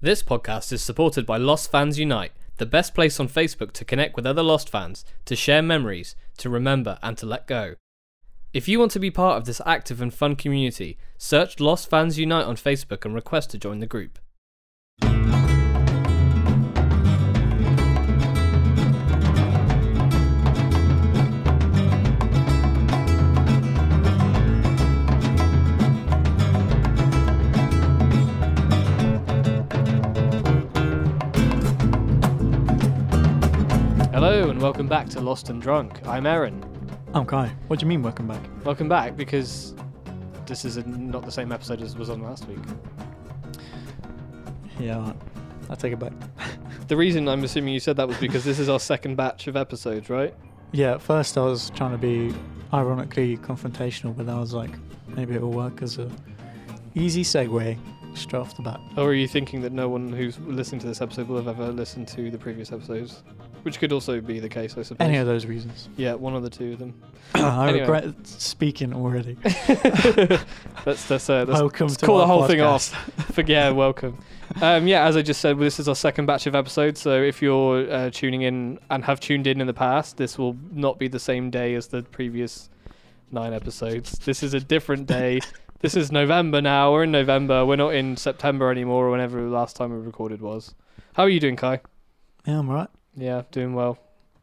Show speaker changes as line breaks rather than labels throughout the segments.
This podcast is supported by Lost Fans Unite, the best place on Facebook to connect with other Lost fans, to share memories, to remember, and to let go. If you want to be part of this active and fun community, search Lost Fans Unite on Facebook and request to join the group. Hello, and welcome back to Lost and Drunk. I'm Aaron.
I'm Kai. What do you mean, welcome back?
Welcome back because this is not the same episode as was on last week.
Yeah, alright. I take it back.
The reason I'm assuming you said that was because this is our second batch of episodes, right?
Yeah, at first I was trying to be ironically confrontational, but then I was like, maybe it'll work as a easy segue straight off the bat.
Or are you thinking that no one who's listening to this episode will have ever listened to the previous episodes? Which could also be the case, I suppose.
Any of those reasons.
Yeah, one of the two of them.
I
Anyway.
regret speaking already.
Let's, let's, uh, let's
welcome
let's
to
call
our
the whole thing
podcast.
off. But yeah, welcome. Um, yeah, as I just said, this is our second batch of episodes. So if you're uh, tuning in and have tuned in in the past, this will not be the same day as the previous nine episodes. This is a different day. this is November now. We're in November. We're not in September anymore, or whenever the last time we recorded was. How are you doing, Kai?
Yeah, I'm right.
Yeah, doing well.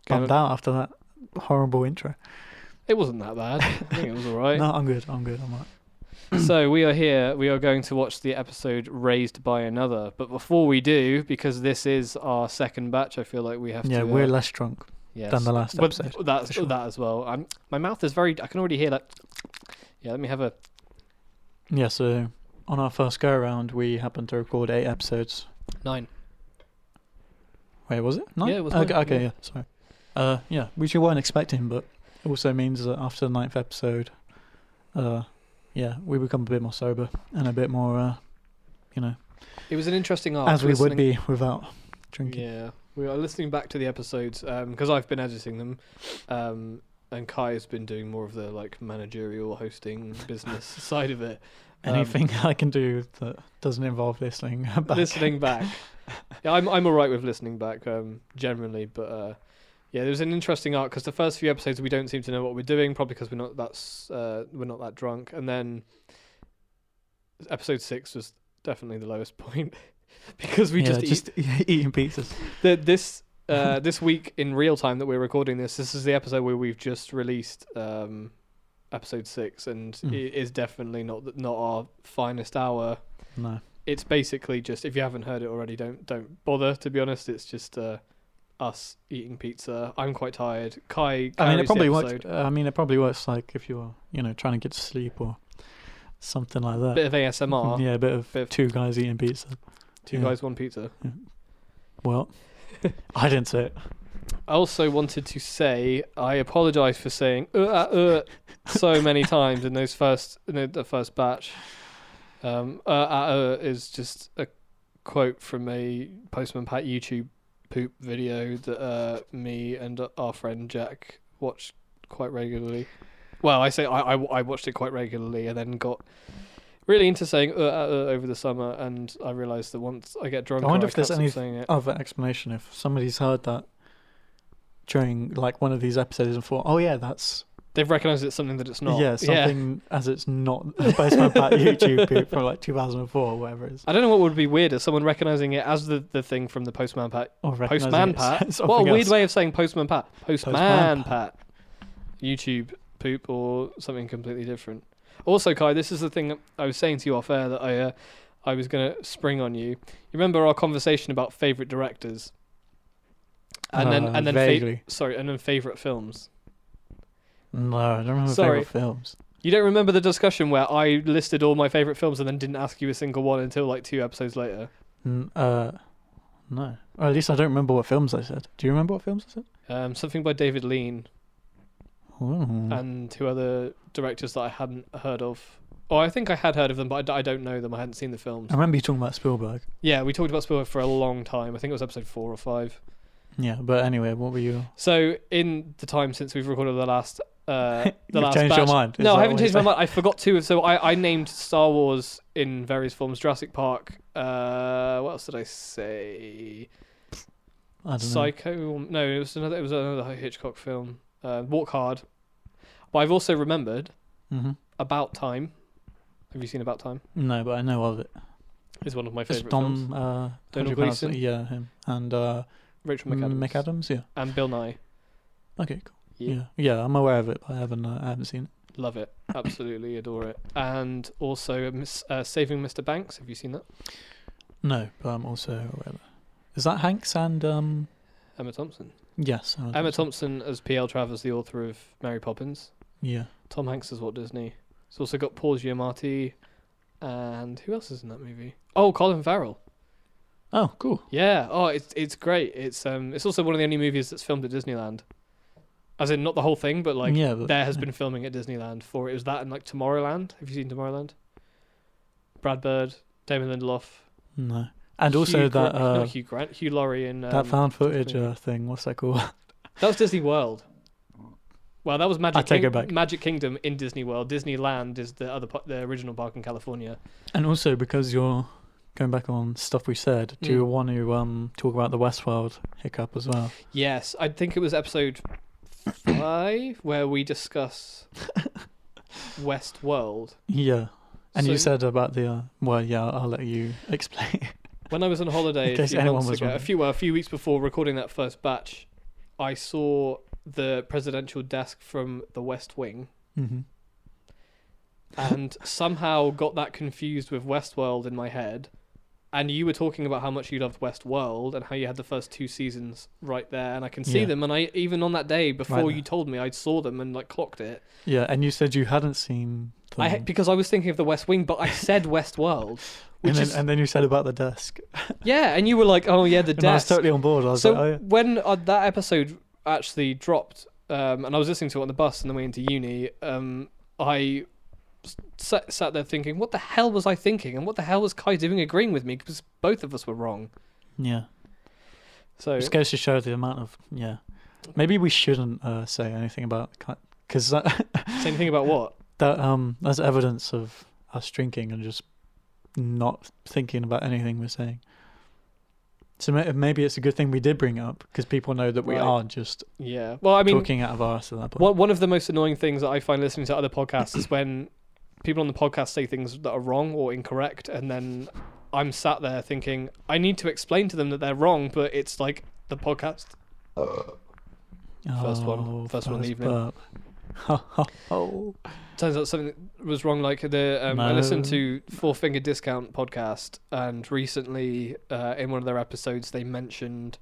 Bummed out after that horrible intro.
It wasn't that bad. I think it was all right.
No, I'm good. I'm good. I'm right.
so we are here. We are going to watch the episode "Raised by Another." But before we do, because this is our second batch, I feel like we have
Yeah,
to. uh,
we're less drunk
yes.
than the last
But
episode.
That's
sure.
that as well. I'm, my mouth is very. I can already hear that. Yeah, let me have a.
Yeah, so on our first go around, we happened to record eight episodes.
Nine.
Wait, was it? Nine?
Yeah, it was
Okay,
nine,
okay
yeah.
yeah. sorry. Uh, yeah, which we weren't expecting, but it also means that after the ninth episode, uh, yeah, we become a bit more sober and a bit more, uh, you know,
It was an interesting arc.
as we would
listening-
be without drinking.
Yeah, we are listening back to the episodes because I've been editing them, um, and Kai has been doing more of the like managerial hosting business side of it. Um,
Anything I can do that doesn't involve listening back.
listening back. Yeah, I'm I'm all right with listening back um, generally, but uh, yeah, there was an interesting arc because the first few episodes we don't seem to know what we're doing, probably because we're not that s- uh, we're not that drunk, and then episode six was definitely the lowest point because we
Yeah,
just,
just eating pizzas.
eat the, this. Uh, this week in real time that we're recording this, this is the episode where we've just released um, episode six, and
Mm.
it is definitely not th- not our finest hour
No.
it's basically just if you haven't heard it already, don't don't bother. To be honest, it's just uh, us eating pizza. I'm quite tired. Kai,
I mean,
carries the
it probably works.
episode.
I mean, it probably works like if you're, you know, trying to get to sleep or something like that.
Bit of ASMR.
yeah, a bit of
bit of-
two guys eating pizza.
Two
yeah.
guys, one pizza.
Well, I didn't say it.
I also wanted to say I apologise for saying uh, uh, uh, so many times in those first in the, the first batch. Um, uh, uh, uh, is just a quote from a Postman Pat YouTube poop video that uh, me and our friend Jack watched quite regularly. Well, I say I, I, I watched it quite regularly and then got really into saying uh, uh, uh, over the summer, and I realised that once I get drunk,
I wonder
I
if there's
can't
any-
stop saying it.
other explanation if somebody's heard that during like one of these episodes and thought, oh yeah, that's
They've recognised it's something that it's not.
yeah something as it's not the basement bat YouTube poop from like 2004 or whatever it is.
I don't know what would be weirder, someone recognizing it as the, the thing from the Postman Pat.
Or recognising
Postman
it's
Pat.
something
What a weird
else.
way of saying Postman Pat. Postman,
Postman
Pat. YouTube poop or something completely different. Also, Kai, this is the thing that I was saying to you off air that I uh, I was gonna spring on you. You remember our conversation about favorite directors, and then
Uh,
and then fa-
vaguely.
sorry, and then favorite films.
No, I don't remember
Sorry.
favorite films.
You don't remember the discussion where I listed all my favorite films and then didn't ask you a single one until like two episodes later.
N- uh, no, or at least I don't remember what films I said. Do you remember what films I said?
Um, something by David Lean.
Ooh.
and two other directors that I hadn't heard of. Oh, I think I had heard of them, but I d- I, don't know them. I hadn't seen the films.
I remember you talking about Spielberg.
Yeah, we talked about Spielberg for a long time. I think it was episode four or five.
Yeah, but anyway, what were you?
So in the time since we've recorded the last uh, the
You've
last
changed
batch.
your mind. Is
No,
that
I haven't
what
changed my
you're
mind. I forgot to. So I, I named Star Wars in various forms. Jurassic Park. Uh, what else did I say?
I don't know.
Psycho. No, it was another. It was another Hitchcock film. Uh, Walk Hard. But I've also remembered
Mhm.
About Time. Have you seen About Time?
No, but I know of it.
Is one of my
It's
favorite films.
Dom. Uh,
Donald
Andrew Patterson,
Gleeson?
Yeah, him and uh,
Rachel McAdams,
McAdams. Yeah.
and Bill Nye.
Okay.
Mm.
Cool.
Yeah.
Yeah. yeah. I'm aware of it, but I haven't. Uh, I haven't seen it.
Love it. Absolutely adore it. And also uh, Miss- uh, Saving Mr. Banks. Have you seen that?
No, but I'm also aware of it. Is that Hanks and um?
Emma Thompson.
Yes. Emma
Emma Thompson as P.L. Travers, the author of Mary Poppins.
Yeah.
Tom Hanks is Walt Disney. It's also got Paul Giamatti. And who else is in that movie? Oh, Colin Farrell.
Oh, cool.
Yeah. Oh, it's it's great. It's um it's also one of the only movies that's filmed at Disneyland. As in not the whole thing, but like
yeah, but,
there has been filming at Disneyland for it was that and like Tomorrowland. Have you seen Tomorrowland? Brad Bird, Damon Lindelof,
No. And
Hugh
also
Gra-
that uh,
not Hugh Grant, Hugh Laurie, and um,
that found footage
movie.
uh, thing. What's that called?
that was Disney World. Well, that was Magic.
I take
King-
it back.
Magic Kingdom in Disney World. Disneyland is the other part, the original park in California.
and also because you're going back on stuff we said, do you
Mm.
want to um talk about the Westworld hiccup as well?
Yes, I think it was episode five where we discuss West World.
Yeah. And you
So-
said about the uh, well, yeah, I'll let you explain.
When I was on holiday
In
a
case
few,
anyone
months
was
ago, a
wondering.
few well, a few weeks before recording that first batch, I saw the presidential desk from The West Wing
mm-hmm.
and somehow got that confused with Westworld in my head. And you were talking about how much you loved Westworld and how you had the first two seasons right there, and I can see
Yeah.
them. And I even on that day before
there.
you told me, I saw them and like clocked it.
Yeah, and you said you hadn't seen. Them.
I because I was thinking of The West Wing, but I said Westworld, which
and, then,
is
and then you said about the desk.
yeah. And you were like, oh yeah, the
And I was
desk.
totally on board. I was
so
like, oh, yeah.
when uh, that episode actually dropped, um, and I was listening to it on the bus on the way into uni, um, I s- sat, sat there thinking, what the hell was I thinking, and what the hell was Kai doing agreeing with me? Because both of us were wrong.
yeah.
So
Just goes to show the amount of yeah. Maybe we shouldn't uh, say anything about because that,
same thing about what?
that um that's evidence of us drinking and just not thinking about anything we're saying. So ma- maybe it's a good thing we did bring it up because people know that we
Right.
are just
Yeah. Well, I mean,
talking out of our ass at that point.
one one of the most annoying things that I find listening to other podcasts is when people on the podcast say things that are wrong or incorrect, and then I'm sat there thinking I need to explain to them that they're wrong, but it's like the podcast first one-
Oh,
first one of the evening.
burp. oh.
turns out something was wrong. Like the um, I listened
No.
to Four Finger Discount podcast, and recently uh, in one of their episodes they mentioned,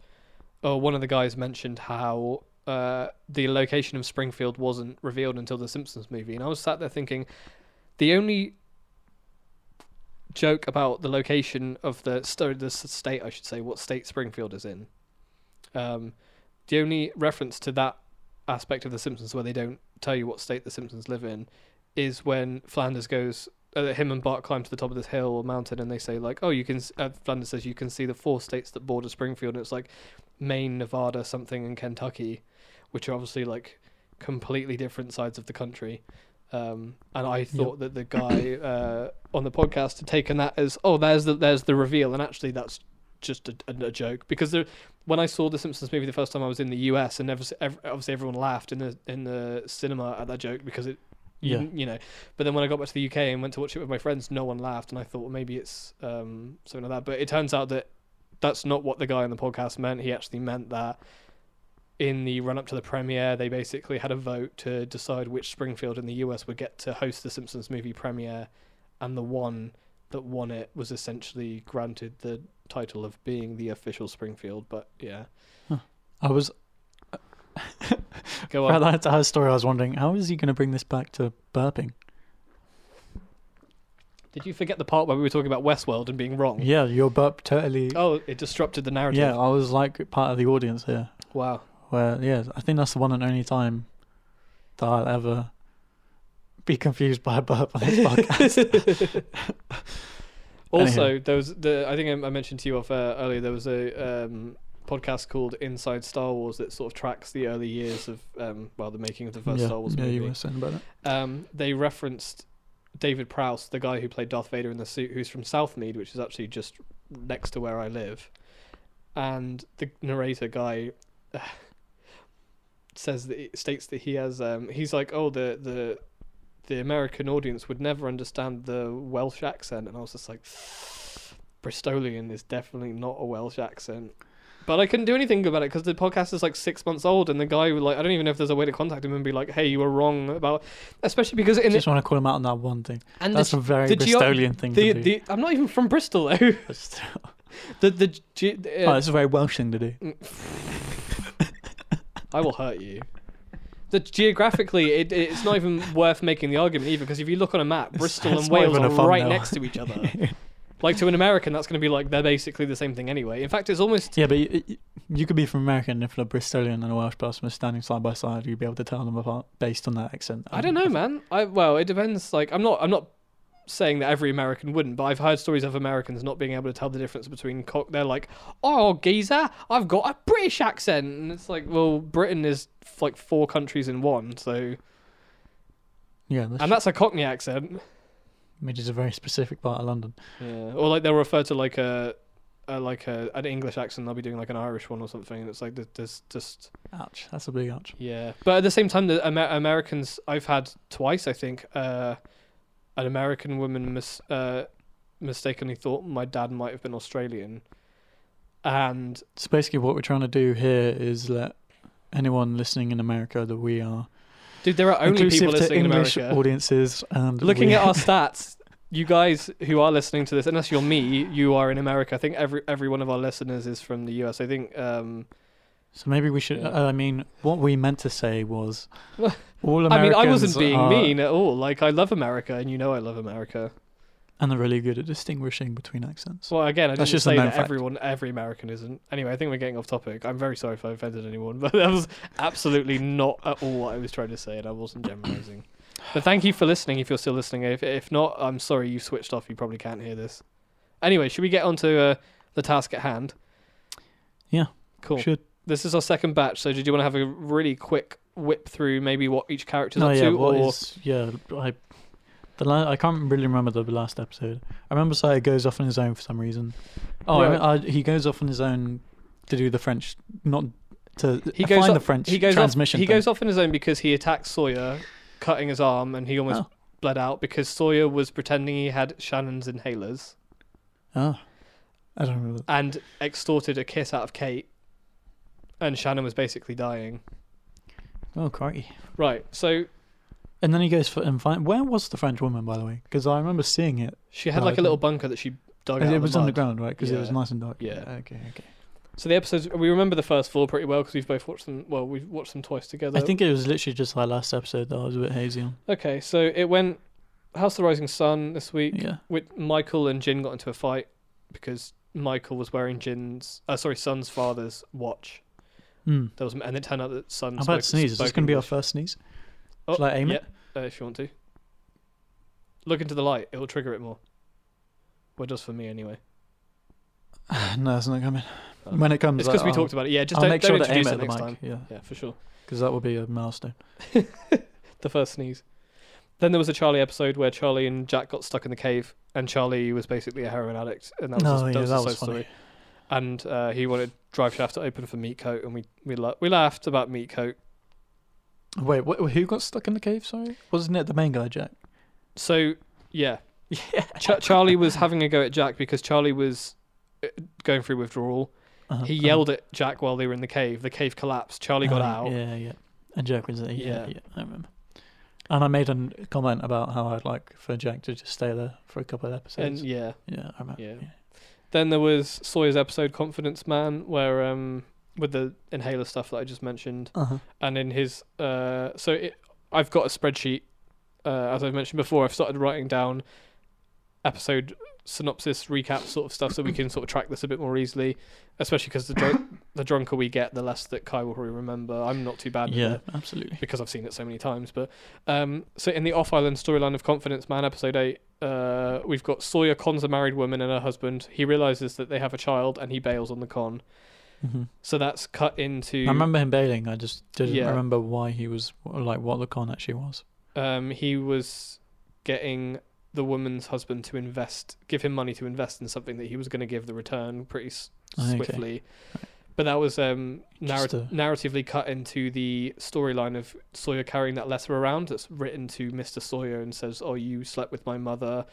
or one of the guys mentioned how uh, the location of Springfield wasn't revealed until the Simpsons movie, and I was sat there thinking, the only joke about the location of the sto- the s- state I should say what state Springfield is in. Um, the only reference to that aspect of the Simpsons where they don't tell you what state the Simpsons live in is when Flanders goes, uh, him and Bart climb to the top of this hill or mountain, and they say like, "Oh, you can." s- Uh, Flanders says you can see the four states that border Springfield, and it's like Maine, Nevada, something, and Kentucky, which are obviously like completely different sides of the country. Um, and I thought that the guy uh, on the podcast had taken that as, "Oh, there's the there's the reveal," and actually that's just a, a, a joke because there, when I saw the Simpsons movie the first time I was in the US, and ever, ev obviously everyone laughed in the in the cinema at that joke because it, you,
Yeah.
didn't- you know. But then when I got back to the UK and went to watch it with my friends, no one laughed, and I thought well, maybe it's um, something like that. But it turns out that that's not what the guy on the podcast meant. He actually meant that in the run up to the premiere, they basically had a vote to decide which Springfield in the US would get to host the Simpsons movie premiere, and the one that won it was essentially granted the title of being the official Springfield. But yeah,
I was
go
Well,
on.
that's our story. I was wondering, how is he going to bring this back to burping?
Did you forget the part where we were talking about Westworld and being wrong?
Yeah, your burp totally.
Oh, it disrupted the narrative.
yeah, I was like part of the audience here.
Wow.
Where, yeah, I think that's the one and only time that I'll ever be confused by a burp on this podcast.
uh, Also, there was the I think I, I mentioned to you off air earlier. There was a um, podcast called Inside Star Wars that sort of tracks the early years of um, well the making of the first
yeah,
Star Wars
yeah,
movie.
you were saying about it.
um, they referenced David Prowse, the guy who played Darth Vader in the suit, who's from Southmead, which is actually just next to where I live. And the narrator guy says that he, states that he has um, he's like oh the the the American audience would never understand the Welsh accent, and I was just like Bristolian is definitely not a Welsh accent. But I couldn't do anything about it because the podcast is like six months old, and the guy was like I don't even know if there's a way to contact him and be like, "Hey, you were wrong about," especially because in
Just want to call him out on that one thing.
and
That's
the,
a very
the geo-
Bristolian thing
the,
to do.
the- I'm not even from Bristol though.
But still-
The the, ge- the
oh,
uh,
it's a very Welsh thing to do.
I will hurt you. The geographically, it, it's not even worth making the argument either because if you look on a map, Bristol
it's
and
not
Wales
even a
are
fun
right
though.
next to each other. like to an American, that's going to be like they're basically the same thing anyway. In fact, it's almost
Yeah, but you, you- you could be from America, and if a Bristolian and a Welsh person were standing side by side, you'd be able to tell them apart based on that accent. Um,
I don't know, man. I well, it depends. Like, I'm not. I'm not saying that every American wouldn't, but I've heard stories of Americans not being able to tell the difference between cock. They're like, "Oh, geezer, I've got a British accent," and it's like, well, Britain is f- like four countries in one, so
Yeah, that's
and that's a Cockney accent.
which is a very specific part of London.
Yeah, or like they'll refer to like a. Uh, like a, an English accent, they'll be doing like an Irish one or something. It's like th- there's just
Ouch, that's a big ouch.
Yeah, but at the same time, the Amer- Americans I've had twice, I think, uh, an American woman mis- uh, mistakenly thought my dad might have been Australian, and
So basically, what we're trying to do here is let anyone listening in America that we are
dude, there are only
inclusive
people
to
listening in
English
America.
audiences and
Looking
we-
at our stats, you guys who are listening to this, unless you're me, you are in America. I think every every one of our listeners is from the US. I think um,
So maybe we should.
Yeah.
Uh, I mean, what we meant to say was
Well,
all Americans. uh,
I mean I wasn't being
are-
mean at all. Like I love America, and you know I love America.
and they're really good at distinguishing between accents.
Well, again, I
That's
didn't
just a
say
known
that
fact.
everyone, every American isn't. Anyway, I think we're getting off topic. I'm very sorry if I offended anyone, but that was absolutely not at all what I was trying to say, and I wasn't generalizing. But thank you for listening. If you're still listening, if if not, I'm sorry you switched off. You probably can't hear this. Anyway, should we get on to uh, the task at hand?
Yeah,
Cool.
Should
This is our second batch. So, did you want to have a really quick whip through maybe what each character's
no,
up
Oh, yeah.
to,
what
or
is- yeah? I the la- I can't really remember the last episode. I remember Saya goes off on his own for some reason. Oh,
Right.
I, I, he goes off on his own to do the French, not to
He goes
find
off-
the French
he goes
transmission.
Off, he
thing.
goes off on his own because he attacks Sawyer, cutting his arm, and he almost
Oh.
bled out because Sawyer was pretending he had Shannon's inhalers
Ah, I don't remember.
and extorted a kiss out of Kate, and Shannon was basically dying.
Oh, crikey.
Right, so
And then he goes for and find where was the French woman by the way? Because I remember seeing it.
she had
Oh,
like a
okay.
little bunker that she dug out.
it
of
was
the mud.
underground, right? Because it was
Yeah.
nice and dark.
Yeah.
Okay. Okay.
So the episodes we remember the first four pretty well because we've both watched them. Well, we've watched them twice together.
I think it was literally just like last episode that I was a bit hazy on.
Okay, so it went House of the Rising Sun this week.
Yeah.
with Michael and Jin got into a fight because Michael was wearing Jin's, uh, sorry, Sun's father's watch.
Mm.
There was, and it turned out that Sun.
I'm about to sneeze. Is this going to be our first sneeze?
Oh,
Shall I aim it?
Uh, if you want to, look into the light. It will trigger it more. Well, it does for me anyway.
no, it's not coming.
Oh.
When it comes,
It's because
I-
we
I'll-
talked about it. Yeah, just
I'll
don't,
make sure
don't
to aim
introduce
it
it
at the
next
mic.
time.
Yeah,
Yeah, for sure.
because that would be a milestone.
The first sneeze. Then there was a Charlie episode where Charlie and Jack got stuck in the cave, and Charlie was basically a heroin addict, and that was his,
no,
that
Oh, yeah,
was
that
his
was
side story.
funny.
and uh, he wanted Drive Shaft to open for Meat Coat, and we we, la- we laughed about Meat Coat.
Wait, wh- who got stuck in the cave? Sorry, wasn't it the main guy, Jack?
So yeah, Ch- Charlie was having a go at Jack because Charlie was uh, going through withdrawal.
Uh-huh,
He
uh-huh.
yelled at Jack while they were in the cave. The cave collapsed. Charlie got
Oh,
out.
Yeah, yeah. And Jack was there.
Yeah.
Yeah, yeah, I remember. And I made a n- comment about how I'd like for Jack to just stay there for a couple of
And
episodes.
yeah,
yeah, I remember.
yeah.
Yeah.
then there was Sawyer's episode Confidence Man, where um with the inhaler stuff that I just mentioned.
Uh-huh.
and in his uh, so it, I've got a spreadsheet uh, as I mentioned before. I've started writing down episode synopsis, recap, sort of stuff, so we can sort of track this a bit more easily. Especially because the drunk, the drunker we get, the less that Kai will probably remember. I'm not too bad. with
Yeah,
it
absolutely.
because I've seen it so many times. But um, so in the Off Island storyline of Confidence Man, episode eight, uh, we've got Sawyer cons a married woman and her husband. He realizes that they have a child and he bails on the con.
hmm
So that's cut into.
I remember him bailing. I just didn't
Yeah.
remember why he was like what the con actually was.
um, he was getting the woman's husband to invest, give him money to invest in something that he was going to give the return pretty s-
Oh, Okay.
swiftly. But that was um, narr-
Just uh, a-
narratively cut into the storyline of Sawyer carrying that letter around that's written to Mr. Sawyer and says, Oh, you slept with my mother,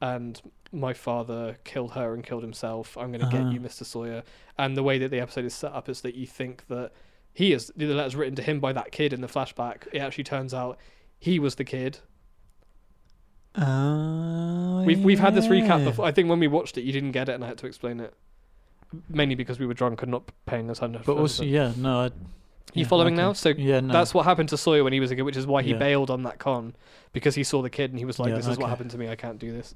and my father killed her and killed himself. I'm going to
Ah.
get you, Mr. Sawyer. And the way that the episode is set up is that you think that he is the letter's written to him by that kid in the flashback. It actually turns out he was the kid.
Uh,
We've we've had this recap
yeah.
before. I think when we watched it, you didn't get it, and I had to explain it, mainly because we were drunk and not paying attention.
But also, yeah, no. I,
you
yeah,
following
okay.
now? So
yeah, no.
that's what happened to Sawyer when he was a kid, which is why he
Yeah.
bailed on that con because he saw the kid and he was like,
Yeah,
"This is what
okay.
happened to me. I can't do this."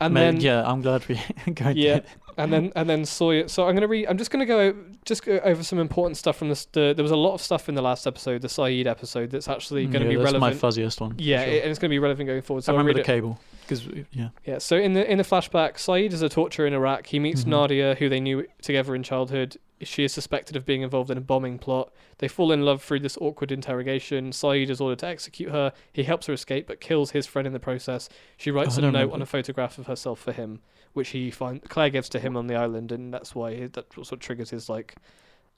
And
Ma-
then
yeah, I'm glad we going.
Yeah.
there.
and then and then Sawyer. So I'm gonna read. I'm just gonna go o- just go over some important stuff from this. The, there was a lot of stuff in the last episode, the Saeed episode, that's actually
Mm,
going to
yeah,
be
that's
relevant.
my fuzziest one. for
yeah,
sure.
it- and it's going to be relevant going forward. So
I
I'll
remember
read
the
it.
cable because yeah,
Yeah, so in the in the flashback, Saeed is a torturer in Iraq. He meets
Mhm.
Nadia, who they knew together in childhood. She is suspected of being involved in a bombing plot. They fall in love through this awkward interrogation. Saeed is ordered to execute her. He helps her escape, but kills his friend in the process. She writes a
Oh, I
note
don't remember.
on a photograph of herself for him, which he find Claire gives to him on the island, and that's why it, that sort of triggers his like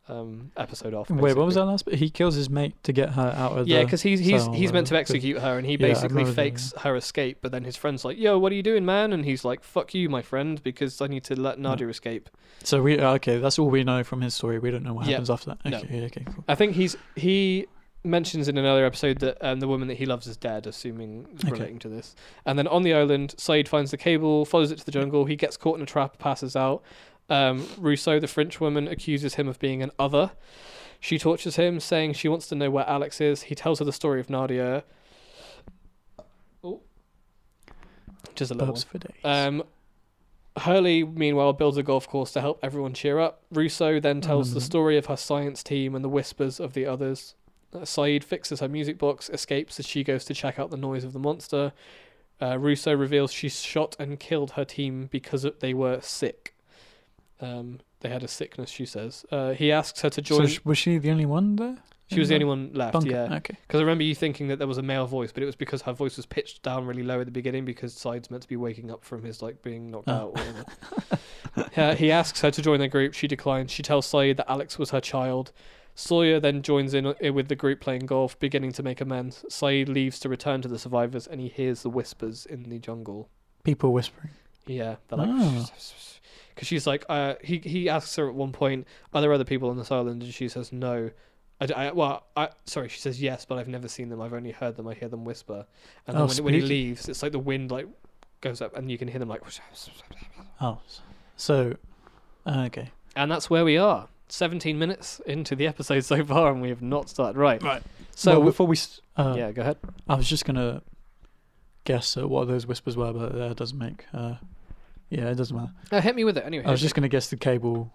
um, episode off.
Wait, what was
basically.
that last bit? He kills his mate to get her out of
Yeah,
the.
because he's he's
cell or
he's meant to
whatever. 'Cause-
execute her, and he
Yeah, I
basically
remember that,
fakes her escape. But then his friend's like, "Yo, what are you doing, man?" And he's like, "Fuck you, my friend, because I need to let Nadia escape."
So we uh, okay. That's all we know from his story. We don't know what
Yeah.
happens after that.
No.
Okay, yeah, okay, cool.
I think he's he mentions in another episode that um, the woman that he loves is dead, assuming it's
Okay.
relating to this. And then on the island, Said finds the cable, follows it to the jungle. He gets caught in a trap, passes out. Um, Rousseau, the French woman, accuses him of being an other. She tortures him, saying she wants to know where Alex is. He tells her the story of Nadia. Oh. Just a little one.
Burps for days.
Um, Hurley, meanwhile, builds a golf course to help everyone cheer up. Russo then tells
remember
the
that.
story of her science team and the whispers of the others. Uh, Saeed fixes her music box, escapes as she goes to check out the noise of the monster. Uh, Russo reveals she shot and killed her team because of- they were sick. Um, they had a sickness, she says. Uh, he asks her to
so
join.
sh- was she the only one there?
she was the only one left,
Bunker.
yeah.
Okay.
Because I remember you thinking that there was a male voice, but it was because her voice was pitched down really low at the beginning because Side's meant to be waking up from his like being knocked
Oh.
out. Or whatever. Uh, he asks her to join the group. She declines. She tells Sawyer that Alex was her child. Sawyer then joins in uh, with the group playing golf, beginning to make amends. Saeed leaves to return to the survivors, and he hears the whispers in the jungle.
People whispering.
Yeah, they're like,
Oh.
because she's like, uh, he he asks her at one point, are there other people on this island? And she says no. I, d- I- well, I sorry, she says yes, but I've never seen them. I've only heard them. I hear them whisper, and then
Oh,
when, when he
spooky.
leaves, it's like the wind like goes up, and you can hear them like,
Oh, s- so uh, okay.
and that's where we are. Seventeen minutes into the episode so far, and we have not started right.
Right.
So
well, before we, s- uh,
yeah, go ahead.
I was just gonna guess at what those whispers were, but that doesn't make. Uh, yeah, it doesn't matter.
Uh, hit me with it anyway.
I was just gonna guess the cable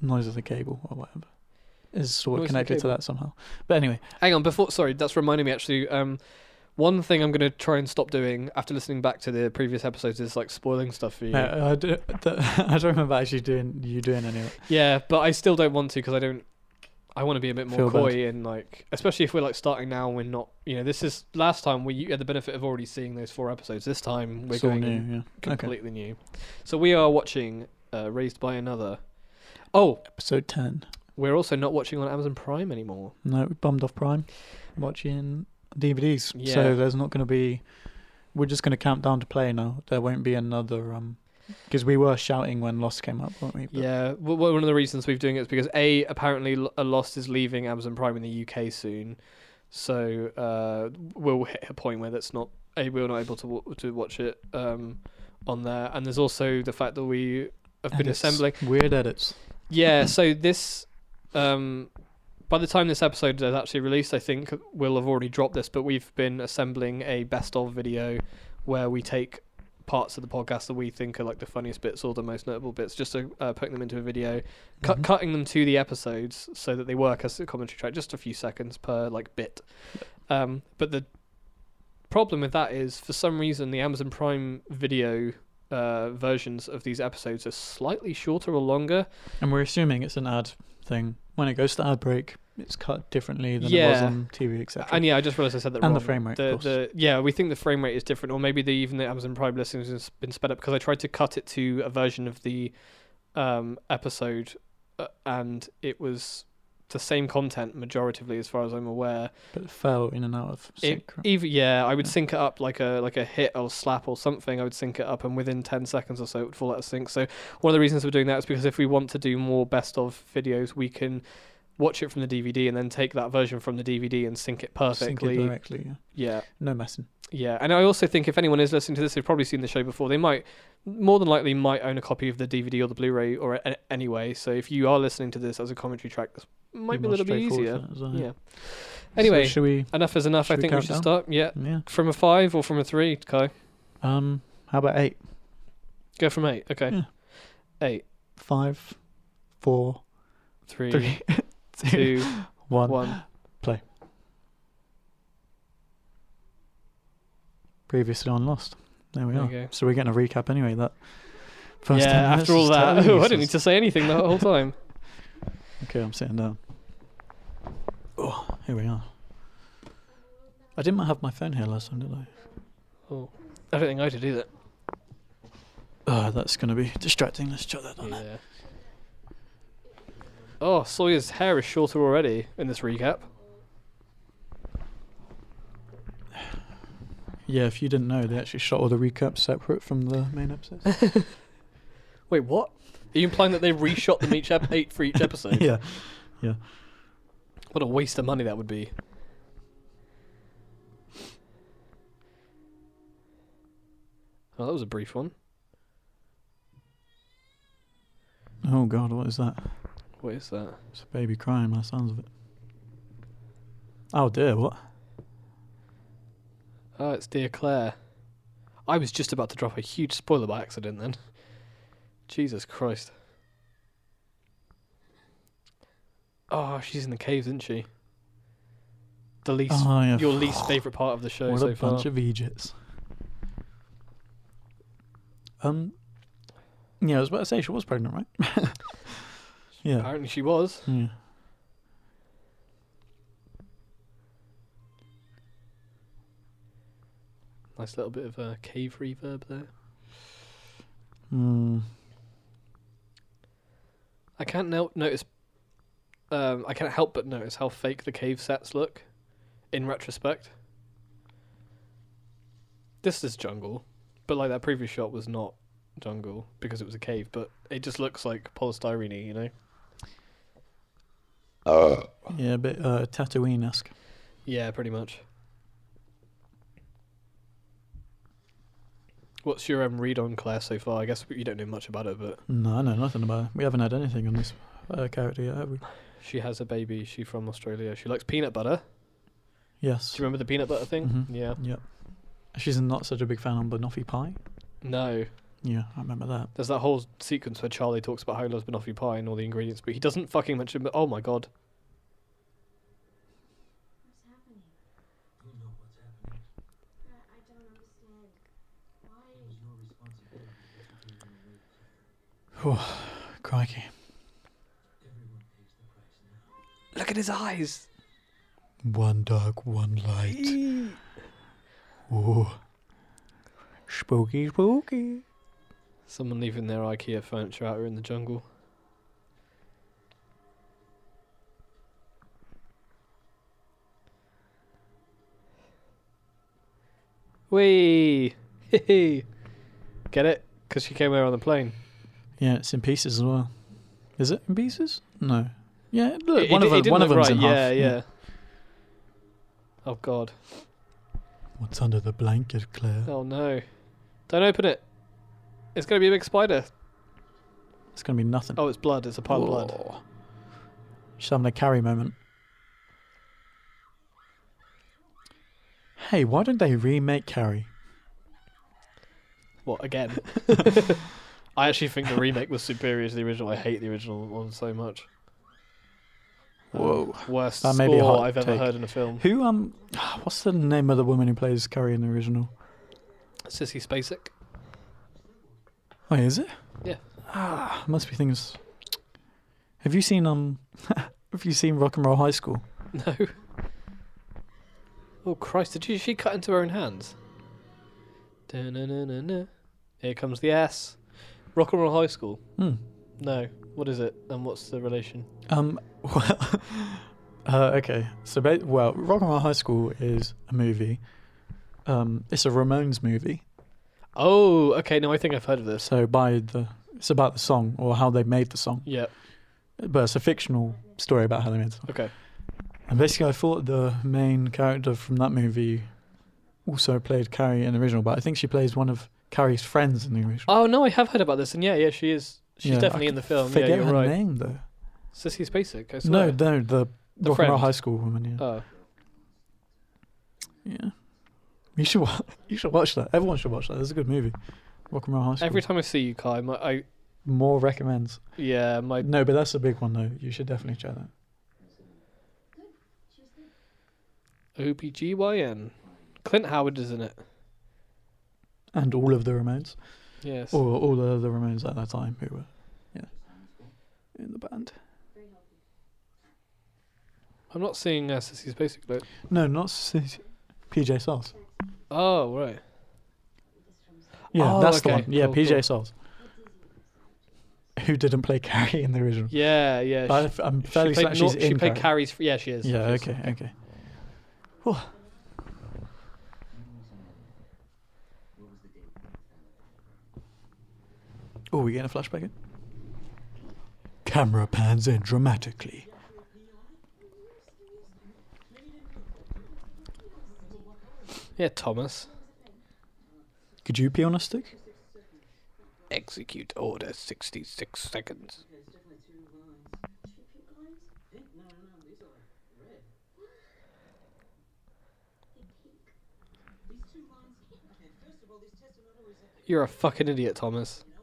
noise of the cable or whatever is
Noise
sort of
of the
connected to
cable.
that somehow. But anyway,
Hang on, before sorry, that's reminding me actually. Um, one thing I'm gonna try and stop doing after listening back to the previous episodes is like spoiling stuff for you.
no, I, do, I don't remember actually doing you doing any of it.
Yeah, but I still don't want to because I don't. I want to be a bit more
Feel bad.
coy and like, especially if we're like starting now. and We're not, you know. This is last time we you had the benefit of already seeing those four episodes. This time we're
It's all
going in
new. Yeah. Okay.
completely new. So we are watching uh, Raised by Another. Oh,
Episode ten.
we're also not watching on Amazon Prime anymore.
No, we bummed off Prime, watching DVDs.
Yeah.
So there's not going to be. We're just going to count down to play now. There won't be another um, because we were shouting when Lost came up, weren't we? But-
Yeah, w- w- one of the reasons we're doing it is because a apparently L- uh, Lost is leaving Amazon Prime in the UK soon, so uh, we'll hit a point where that's not a we're not able to w- to watch it um, on there. And there's also the fact that we have been
Edits.
assembling.
weird edits.
Yeah, so this um, by the time this episode is actually released, I think we'll have already dropped this, but we've been assembling a best of video where we take parts of the podcast that we think are like the funniest bits or the most notable bits, just to, uh, putting them into a video, cut
Mhm.
cutting them to the episodes so that they work as a commentary track, just a few seconds per like bit. Um, but the problem with that is, for some reason, the Amazon Prime Video uh, versions of these episodes are slightly shorter or longer.
And we're assuming it's an ad thing. When it goes to ad break, it's cut differently than it was
Yeah.
on TV, etc.
And yeah, I just realised I said that
And
wrong.
the frame rate, of
The,
course.
the, yeah, we think the frame rate is different, or maybe the, even the Amazon Prime listings has been sped up because I tried to cut it to a version of the um, episode, uh, and it was the same content majoritively, as far as I'm aware.
but it fell in and out of
e
sync. right?
Even yeah, I would
Yeah.
sync it up like a like a hit or slap or something. I would sync it up, and within ten seconds or so, it would fall out of sync. So one of the reasons we're doing that is because if we want to do more best of videos, we can watch it from the DVD and then take that version from the DVD and sync it
Sync it
perfectly.
directly. Yeah.
yeah,
No messing.
yeah. And I also think if anyone is listening to this, they've probably seen the show before. They might, more than likely, might own a copy of the DVD or the Blu-ray or a- anyway. So if you are listening to this as a commentary track, this might be a
more
little bit
straightforward
easier.
for that as well,
Yeah.
So
Anyway,
should we?
enough is enough.
should
I
we
think we
count
should
down?
start. Yeah.
Yeah.
From a five or from a three, Kai?
Um. How about eight?
Go from eight. Okay.
Yeah.
Eight,
Five, four,
three, two, one.
three, two, one. Previously on Lost. There we
There
are.
you go.
So we're getting a recap anyway. That first
yeah,
10 minutes
after all
was
that,
totally
I didn't need
useless.
to say anything the whole time.
Okay, I'm sitting down. Oh, here we are. I didn't have my phone here last time, did I?
Oh, I don't think I did either.
Oh, that's going to be distracting. Let's shut that down.
Yeah. Oh, Sawyer's hair is shorter already in this recap.
Yeah, if you didn't know, they actually shot all the recaps separate from the main episode.
Wait, what? Are you implying that they reshot them each ep- eight for each episode?
yeah.
What a waste of money that would be. Oh, that was a brief one.
Oh, God, what is that?
What is that?
It's a baby crying, by the sounds of it. Oh, dear, what?
Oh, it's dear Claire. I was just about to drop a huge spoiler by accident then. Jesus Christ. Oh, she's in the caves, isn't she? The least
Oh, yeah.
your least favourite part of the show
What
so
a
far.
bunch of Egypts. Um, yeah, I was about to say she was pregnant, right? yeah.
Apparently she was.
yeah.
Nice little bit of uh, cave reverb there.
Mm.
I can't no- notice um, I can't help but notice how fake the cave sets look in retrospect. This is jungle, but like that previous shot was not jungle because it was a cave, but it just looks like polystyrene, you know?
Yeah, a bit uh, Tatooine esque.
Yeah, pretty much. What's your um, read on Claire so far? I guess you don't know much about it, but
No, I know nothing about her. We haven't had anything on this uh, character yet, have we?
she has a baby. She from Australia. She likes peanut butter. Do
Yes.
you remember the peanut butter thing?
Mhm.
Yeah.
Yep. She's not such a big fan on Banoffee Pie.
No.
Yeah, I remember that.
There's that whole sequence where Charlie talks about how he loves banoffee pie and all the ingredients, but he doesn't fucking mention. But oh my god,
What's happening? I don't know what's happening. I, I don't understand. Why?
Crikey.
look at his eyes.
One dark, one light.
Eee.
Ooh. Spooky, spooky.
Someone leaving their IKEA furniture out here in the jungle. Wee, get it? Because she came here on the plane.
Yeah, it's in pieces as well. Is it in pieces? No. Yeah, look,
It-
one
it-
of
it
them,
didn't
one of
look
them's in
right.
half.
yeah, yeah. Oh god.
What's under the blanket, Claire?
Oh no. Don't open it. It's going to be a big spider.
It's gonna be nothing.
Oh, it's blood. It's a pile of blood.
Whoa. She's having a carry moment. Hey, why don't they remake Carrie?
What, again? I actually think the remake was superior to the original. I hate the original one so much. Um,
Whoa.
worst
That may be a
score
hot
I've ever
take.
heard in a film.
Who um what's the name of the woman who plays Carrie in the original?
Sissy Spacek.
Oh, is it?
Yeah.
Ah, must be things. Have you seen um? have you seen Rock and Roll High School?
No. Oh Christ! Did she, she cut into her own hands? Da-na-na-na-na. Here comes the ass. Rock and Roll High School.
Hmm.
No. What is it? And what's the relation?
Um. Well. uh, okay. So, ba- well, Rock and Roll High School is a movie. Um, it's a Ramones movie.
Oh, okay. No, I think I've heard of this.
So by the, it's about the song or how they made the song,
Yeah.
but it's a fictional story about how they made the song.
Okay.
And basically, I thought the main character from that movie also played Carrie in the original, but I think she plays one of Carrie's friends in the original.
Oh no, I have heard about this. And yeah, yeah, she is. She's
Yeah, I
definitely
c-
in the film. Yeah,
Forget
you're
her
right.
name though.
Sissy Spacek. I
No,
swear.
no, the,
The
Rock and Roll
friend.
High School woman. Yeah,
Oh.
yeah. You should wa- you should watch that. Everyone should watch that. It's a good movie. Rock and Roll High School.
Every time I see you, Kai, my, I
More recommends.
yeah, my
No, but that's a big one though. You should definitely check that.
OPGYN. Clint Howard is in it.
And all of the Ramones,
Yes.
or all the other Ramones at that time who were, yeah, in the band.
I'm not seeing uh, Sissy Spacek though.
No, not s- PJ Souls.
Oh right.
Yeah,
Oh,
that's the
okay.
one. Yeah,
Cool,
PJ
cool.
Souls. Who didn't play Carrie in the original?
Yeah, yeah.
But I
she-
f- I'm
she
fairly
played
certain she's
Nor-
in
she played
Carrie.
Carrie's. Yeah, she is.
Yeah,
She is.
okay, okay. Oh, we getting a flashback in? Camera pans in dramatically.
Yeah, Thomas.
Could you pee on a stick?
Execute order. Sixty-six seconds. Eh, You're a fucking idiot, Thomas. uh,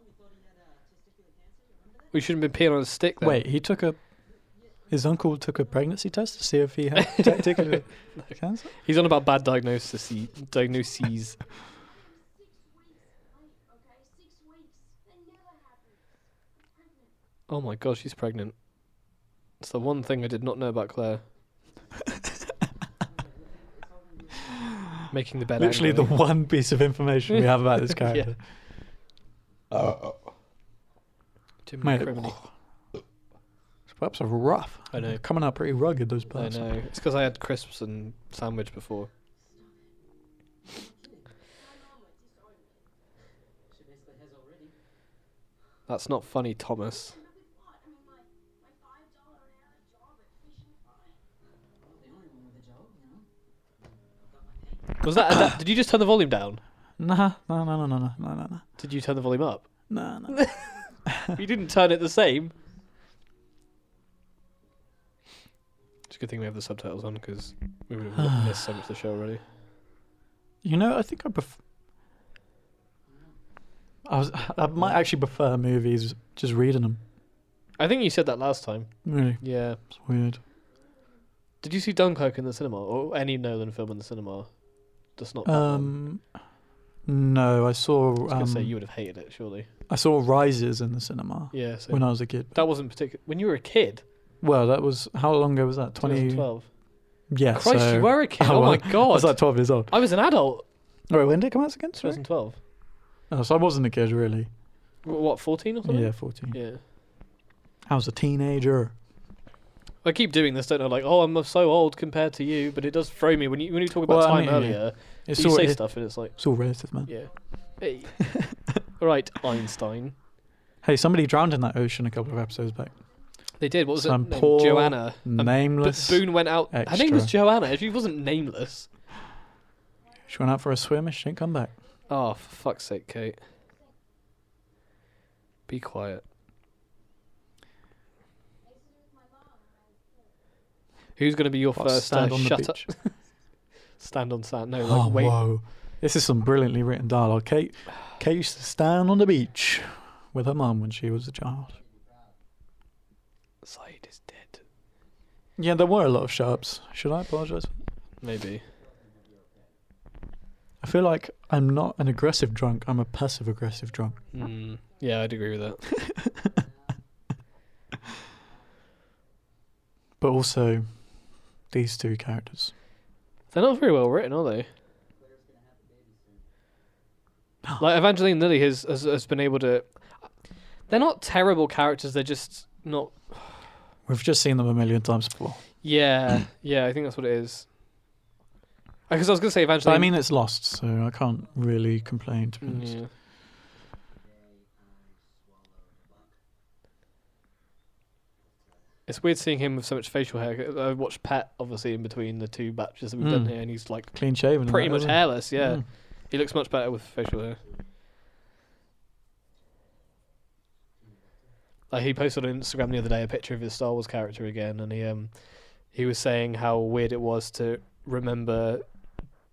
We shouldn't have been peeing on a stick. Then.
Wait, he took a. His uncle took a pregnancy test to see if he had testicular cancer.
he's on about bad diagnosis. Diagnoses.
Six weeks late, okay? Six weeks. That never happens. I'm pregnant.
oh my god, she's pregnant. It's the one thing I did not know about Claire. Making the bed.
Literally, the
angrily.
one piece of information we have about this character.
Tim
Mate,
Criminy.
His webs are rough.
I know.
They're coming out pretty rugged, those
I
parts.
know. It's because I had crisps and sandwich before. That's not funny, Thomas. Was that? that did you just turn the volume down?
Nah, nah, nah, nah, nah, nah, nah, nah,
Did you turn the volume up?
nah, nah, nah.
you didn't turn it the same. It's a good thing we have the subtitles on because we would have missed so much of the show already.
You know, I think I prefer. I was. I might actually prefer movies just reading them.
I think you said that last time.
Really,
Yeah.
it's weird.
Did you see Dunkirk in the cinema or any Nolan film in the cinema? Just not. that one.
Um, no, I
I
saw.
was
um,
gonna say you would have hated it, surely.
I saw Rises in the cinema
Yeah. So
when I was a kid.
that wasn't particular. When you were a kid,
Well, that was how long ago was that? Twenty.
2012.
Yeah.
Christ,
so
you were a kid.
Oh,
Oh, my
well, I was
god.
like twelve years old.
I was an adult.
All right, when did it come out again? Sorry.
2012.
Oh, so I wasn't a kid really.
Wh- What, 14 or something?
Yeah, fourteen.
Yeah.
I was a teenager.
I keep doing this, don't I? Like, oh, I'm so old compared to you, but it does throw me when you when you talk about
Well,
time
I mean,
earlier.
It's
you
all,
say
it-
stuff and it's like,
it's all relative, man.
yeah. Hey. All right, Einstein.
Hey, somebody drowned in that ocean a couple of episodes back.
They did. What was
Some
it? Name?
poor
Joanna. Um, but
Nameless.
Boone went out. Her name was
extra.
Joanna. She wasn't nameless.
She went out for a swim and she didn't come back.
Oh, for fuck's sake, Kate. Be quiet. Who's going to be your
What,
first
stand
uh,
on the
shut
beach.
up? Stand on sand. No, like,
Oh,
wait.
whoa. This is some brilliantly written dialogue. Kate, Kate used to stand on the beach with her mum when she was a child.
Said is dead.
Yeah, there were a lot of sharps. Should I apologise?
Maybe.
I feel like I'm not an aggressive drunk. I'm a passive aggressive drunk.
Mm, yeah, I'd agree with that.
But also, these two characters.
They're not very well written, are they? like Evangeline Lilly has, has has been able to. They're not terrible characters. They're just not.
We've just seen them a million times before.
Yeah, yeah. I think that's what it is. Because I was gonna say
So
Evangeline.
I mean, it's lost, so I can't really complain. To be honest.
Mm, Yeah. It's weird seeing him with so much facial hair. I watched Pat obviously in between the two batches that we've done
Mm.
here, and he's like
Clean shaven. and
pretty
that,
much
isn't it?
hairless. Yeah,
Mm.
he looks much better with facial hair. Like he posted on Instagram the other day a picture of his Star Wars character again, and he um he was saying how weird it was to remember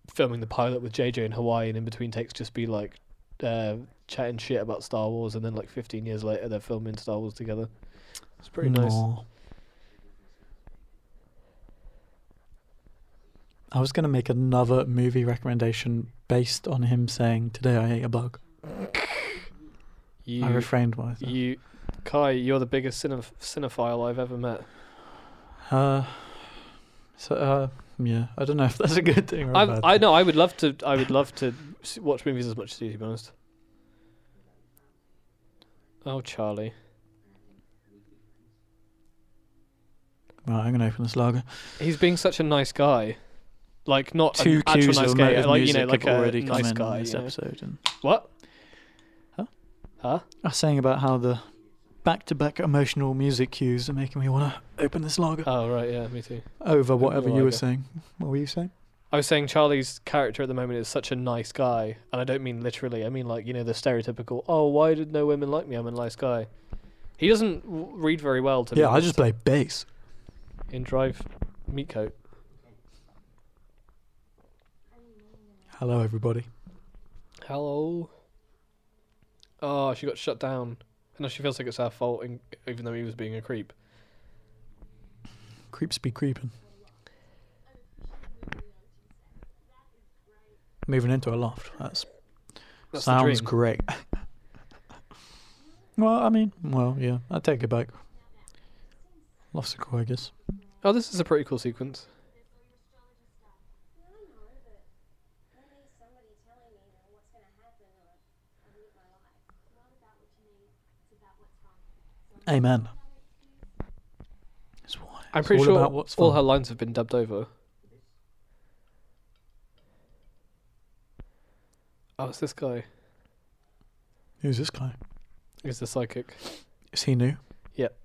filming the pilot with JJ in Hawaii, and in between takes just be like uh, chatting shit about Star Wars, and then like 15 years later they're filming Star Wars together. It's pretty nice.
No. I was going to make another movie recommendation based on him saying, Today I ate a bug.
You,
I refrained myself.
you, Kai, you're the biggest cinef- cinephile I've ever met.
Uh, so, uh, yeah, I don't know if that's a good thing or a
I
bad
I
thing.
know I would love to I would love to s- watch movies as much as you to be honest. Oh Charlie,
Right, I'm going to open this lager.
he's being such a nice guy, like not
Two
an actual
cues
nice
of
guy,
emotive
like you
music
know, like
have
a
already come
nice
in,
guy.
in this
you know.
episode. And
What?
Huh?
Huh?
I was saying about how the back-to-back emotional music cues are making me want to open this lager
Oh right, yeah, me too.
over
the
whatever you
lager.
were saying. What were you saying?
I was saying Charlie's character at the moment is such a nice guy, and I don't mean literally. I mean like you know the stereotypical. Oh, why did no women like me? I'm a nice guy. He doesn't w- read very well to me.
Yeah, I just play bass.
in Drive Meat Coat.
Hello, everybody.
Hello. Oh, she got shut down. And now she feels like it's her fault, and, even though he was being a creep.
Creeps be creeping. Moving into a loft. That's,
That's the
sounds
dream.
great. well, I mean, well, yeah, I take it back. Loft's are cool, I guess.
Oh, this is a pretty cool sequence.
No, I know, but maybe somebody telling me that what's gonna happen or I lose my life. It's not about what you need, it's about what's right.
Amen. It's what-
I'm
it's
pretty
all
sure
about what's
all
fun.
her lines have been dubbed over. Oh, it's this guy.
Who's this guy?
He's the psychic.
Is he new?
Yep.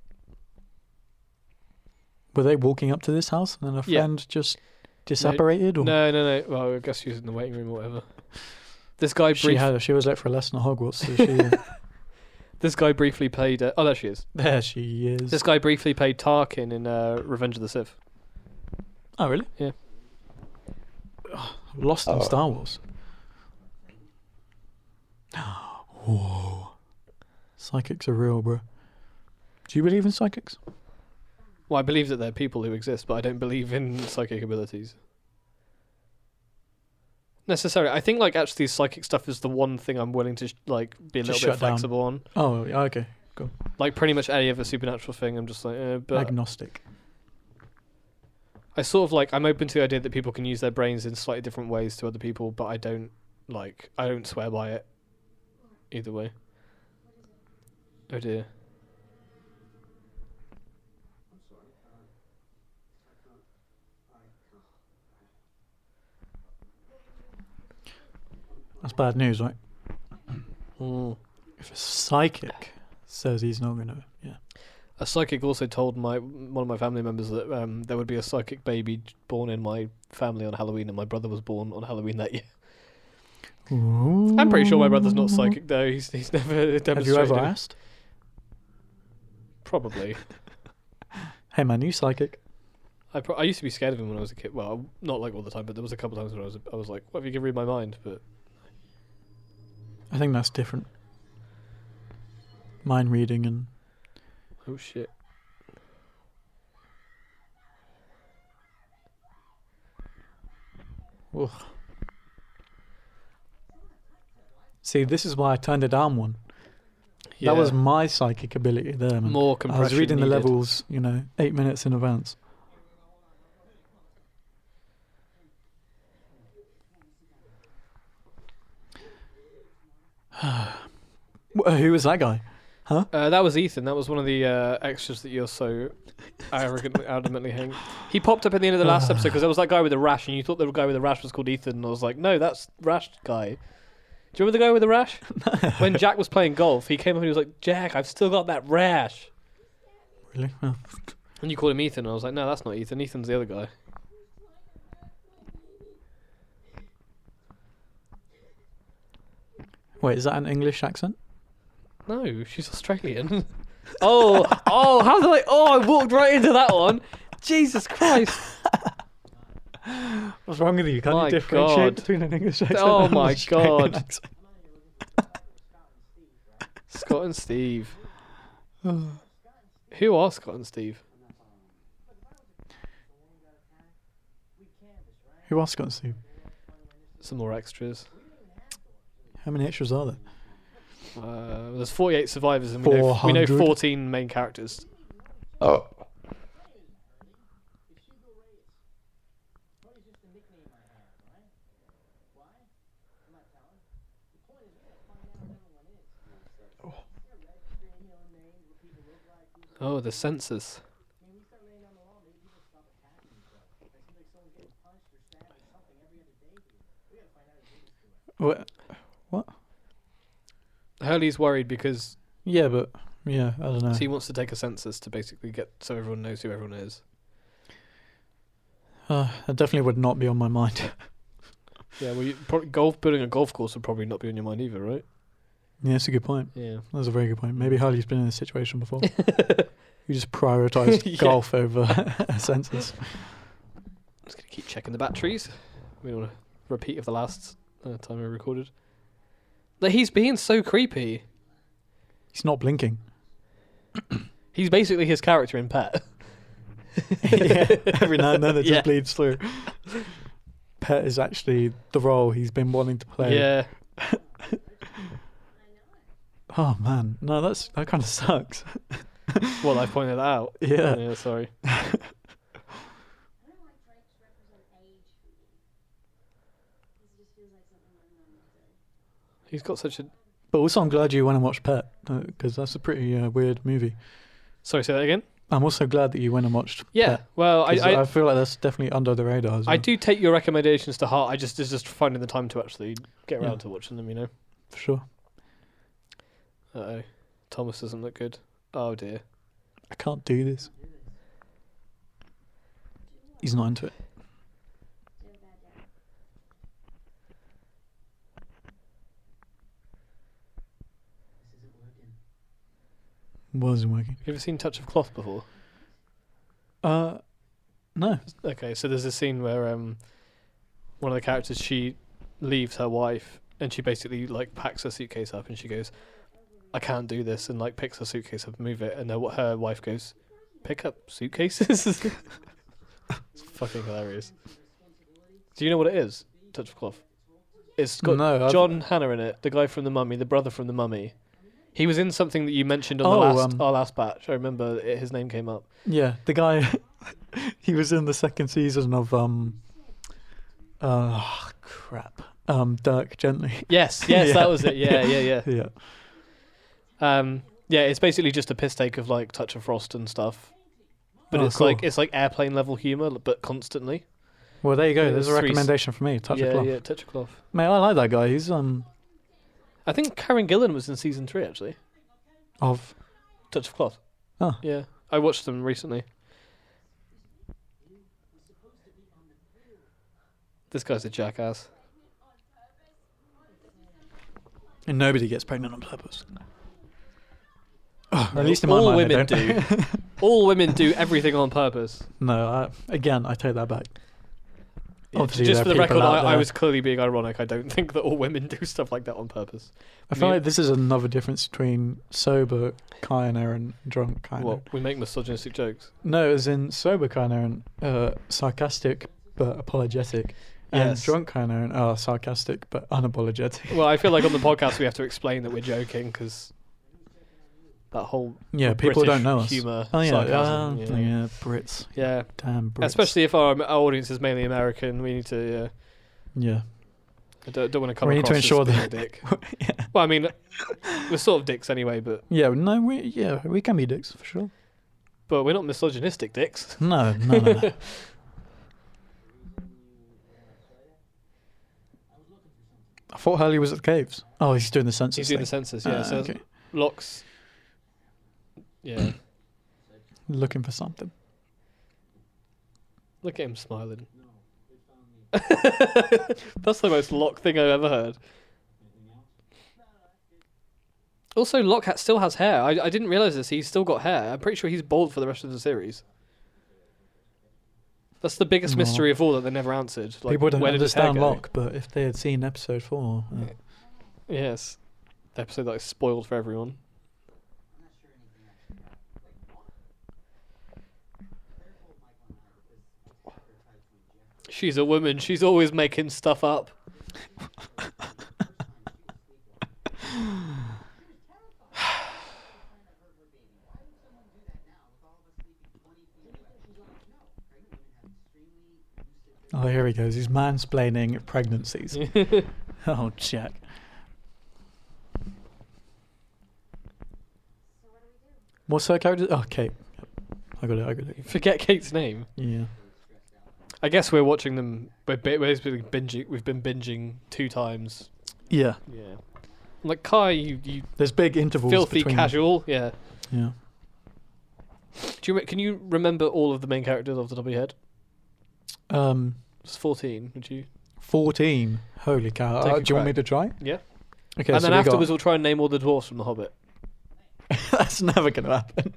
Were they walking up to this house and then a
Yeah.
friend just disapparated? or
No, no, no. Well, I guess she was in the waiting room or whatever. This guy,
she,
brief-
had, she was late for a lesson at Hogwarts. So she, uh,
this guy briefly played. Uh, oh, there she is.
there she is.
This guy briefly played Tarkin in uh, Revenge of the Sith.
Oh, really?
Yeah.
Ugh, Lost in
Oh.
Star Wars. Whoa. Psychics are real, bro. Do you believe in psychics?
Well, I believe that they're people who exist, but I don't believe in psychic abilities. Necessarily, I think like actually psychic stuff is the one thing I'm willing to sh- like be a
Just
little bit
shut down.
flexible
Oh, yeah, okay. Cool.
on. Like pretty much any other supernatural thing, I'm just like, eh, but
Agnostic.
I sort of like I'm open to the idea that people can use their brains in slightly different ways to other people, but I don't like I don't swear by it either way. Oh dear.
That's bad news, right?
Mm.
If a psychic says he's not going to, yeah.
A psychic also told my one of my family members that um, there would be a psychic baby born in my family on Halloween, and my brother was born on Halloween that year. I'm pretty sure my brother's not psychic though. He's he's never demonstrated.
Have you ever
it.
asked?
Probably.
Hey, man, you psychic?
I pro- I used to be scared of him when I was a kid. Well, not like all the time, but there was a couple times when I was I was like, "What if you can read my mind?" But
I think that's different. Mind reading and
oh shit.
Ugh. See, this is why I turned it down one. That was my psychic ability there. Man.
more
I
compression.
was reading the
needed.
levels, you know, eight minutes in advance. Wh- Who was that guy?
Uh, that was Ethan. That was one of the uh, extras that you're so arrogantly, adamantly hang. He popped up at the end of the last episode because there was that guy with the rash, and you thought the guy with the rash was called Ethan, and I was like, no, that's rash guy. Do you remember the guy with the rash? when Jack was playing golf, he came up and he was like, Jack, I've still got that rash.
Really? Oh.
And you called him Ethan, and I was like, no, that's not Ethan. Ethan's the other guy.
Wait, is that an English accent?
No, she's Australian. oh, oh, how did I? Oh, I walked right into that one. Jesus Christ.
What's wrong with you?
Can't you My differentiate God.
between an English
accent Oh and an my Australian God. Scott and Steve. Who are Scott and Steve?
Who else got sued?
Some more extras.
How many extras are there?
Uh, there's 48 survivors, and we know, we know
400.
14 main characters.
Oh,
Oh, the census.
Wha-
Hurley's worried because
Yeah, but yeah, I don't know.
so he wants to take a census to basically get so everyone knows who everyone is.
Uh, that definitely would not be on my mind.
Yeah, well, you, pro- golf building a golf course would probably not be on your mind either, right?
yeah, that's a good point.
Yeah.
That's a very good point. Maybe Harley's been in this situation before. you just prioritize
Yeah.
golf over a census.
Just gonna keep checking the batteries. We don't want to repeat of the last uh, time we recorded. Like he's being so creepy.
He's not blinking.
He's basically his character in Pet.
Every now and then it just
Yeah.
bleeds through. Pet is actually the role he's been wanting to play.
Yeah.
Oh man, no, that's that kind of sucks.
Well, I pointed that out.
Yeah.
Yeah. Sorry.
I don't like drapes represent age for me. 'Cause it just feels like something I'm not meant to.
He's got such a.
But also, I'm glad you went and watched Pet because that's a pretty uh, weird movie.
Sorry. Say that again.
I'm also glad that you went and watched.
Yeah.
Pet,
Well, I
'cause
I,
I feel like that's definitely under the radar. As well.
I do take your recommendations to heart. I just is just finding the time to actually get around
Yeah.
to watching them. You know.
for sure.
Uh oh. Thomas doesn't look good. Oh dear.
I can't do this. He's not into it. Wasn't working.
Have you ever seen Touch of Cloth before?
Uh, no.
Okay, so there's a scene where um, one of the characters she leaves her wife and she basically like packs her suitcase up and she goes, "I can't do this," and like picks her suitcase up and move it, and then her wife goes, "Pick up suitcases." it's fucking hilarious. Do you know what it is? Touch of cloth. It's got
No, I've-
John Hannah in it, the guy from the Mummy, the brother from the Mummy. He was in something that you mentioned on
Oh,
the last
um,
our last batch. I remember it, his name came up.
Yeah, the guy. he was in the second season of um. Uh, crap. Um, Dirk Gently.
Yes, yes,
Yeah.
that was it. Yeah, yeah, yeah.
yeah.
Um, yeah, it's basically just a piss take of like Touch of Frost and stuff, but
Oh,
it's
cool.
like it's like airplane level humor, but constantly.
Well, there you go.
Yeah,
There's a
there's three s-
recommendation for me. Touch
yeah,
of Cloth.
yeah, Touch of Cloth.
Mate, I like that guy. He's um
I think Karen Gillan was in season three actually.
of
Touch of Cloth.
Oh.
Yeah, I watched them recently. This guy's a jackass.
and nobody gets pregnant on purpose. Oh, at least in my
all
mind,
women
they don't.
do. all women do everything on purpose.
no, I, again, I take that back.
Yeah,
Obviously,
just
there
for
are
the
people
record,
out
I, I
there-
was clearly being ironic. I don't think that all women do stuff like that on purpose.
I feel
Me-
like this is another difference between sober Kiner and drunk Kiner.
Well, we make misogynistic jokes.
No, as in sober Kiner and uh, sarcastic but apologetic, And
Yes.
drunk kind of are sarcastic but unapologetic.
Well, I feel like on the podcast we have to explain that we're joking because that whole
Yeah, people
British
don't know us.
humor.
oh yeah,
sarcasm,
yeah.
yeah.
yeah, Brits.
Yeah.
Damn Brits.
Especially if our, our audience is mainly American, we need to. Uh,
yeah.
I don't, don't want to come
We need to
across
ensure
as being
that-
a dick.
yeah.
Well, I mean, we're sort of dicks anyway, but
Yeah, no, we yeah, we can be dicks for sure.
but we're not misogynistic dicks.
No, Mm, no, no. no. I thought Hurley was at the caves. Oh, he's doing the census.
He's doing the
thing.
census, yeah.
Ah,
so
okay.
locks. Yeah,
Looking for something.
look at him smiling. That's the most lock thing I've ever heard. Also, Locke ha- still has hair. I, I didn't realize this. He's still got hair. I'm pretty sure he's bald for the rest of the series. That's the biggest
No.
mystery of all that they never answered. Like,
People don't
where did his hair
understand
go?
Locke, but if they had seen episode four, uh,
Yes. The episode that is spoiled for everyone. She's a woman. She's always making stuff up.
oh, here he goes. He's mansplaining pregnancies. oh, Jack. What's her character? Oh, Kate. I got it. I got it.
Forget Kate's name.
Yeah.
I guess we're watching them. We're, bi- we're basically binging. We've been binging two times.
Yeah.
Yeah. I'm like Kai, you, you
There's big intervals.
filthy
between,
casual. Yeah.
Yeah.
Do you re- can you remember all of the main characters off the top of your head?
Um,
It's fourteen. Would you?
14. Holy cow.
Take
Uh,
a
do you want me
crack.
to try?
Yeah.
Okay.
and
so
then
we got-
afterwards, we'll try and name all the dwarfs from The Hobbit.
that's never going to happen.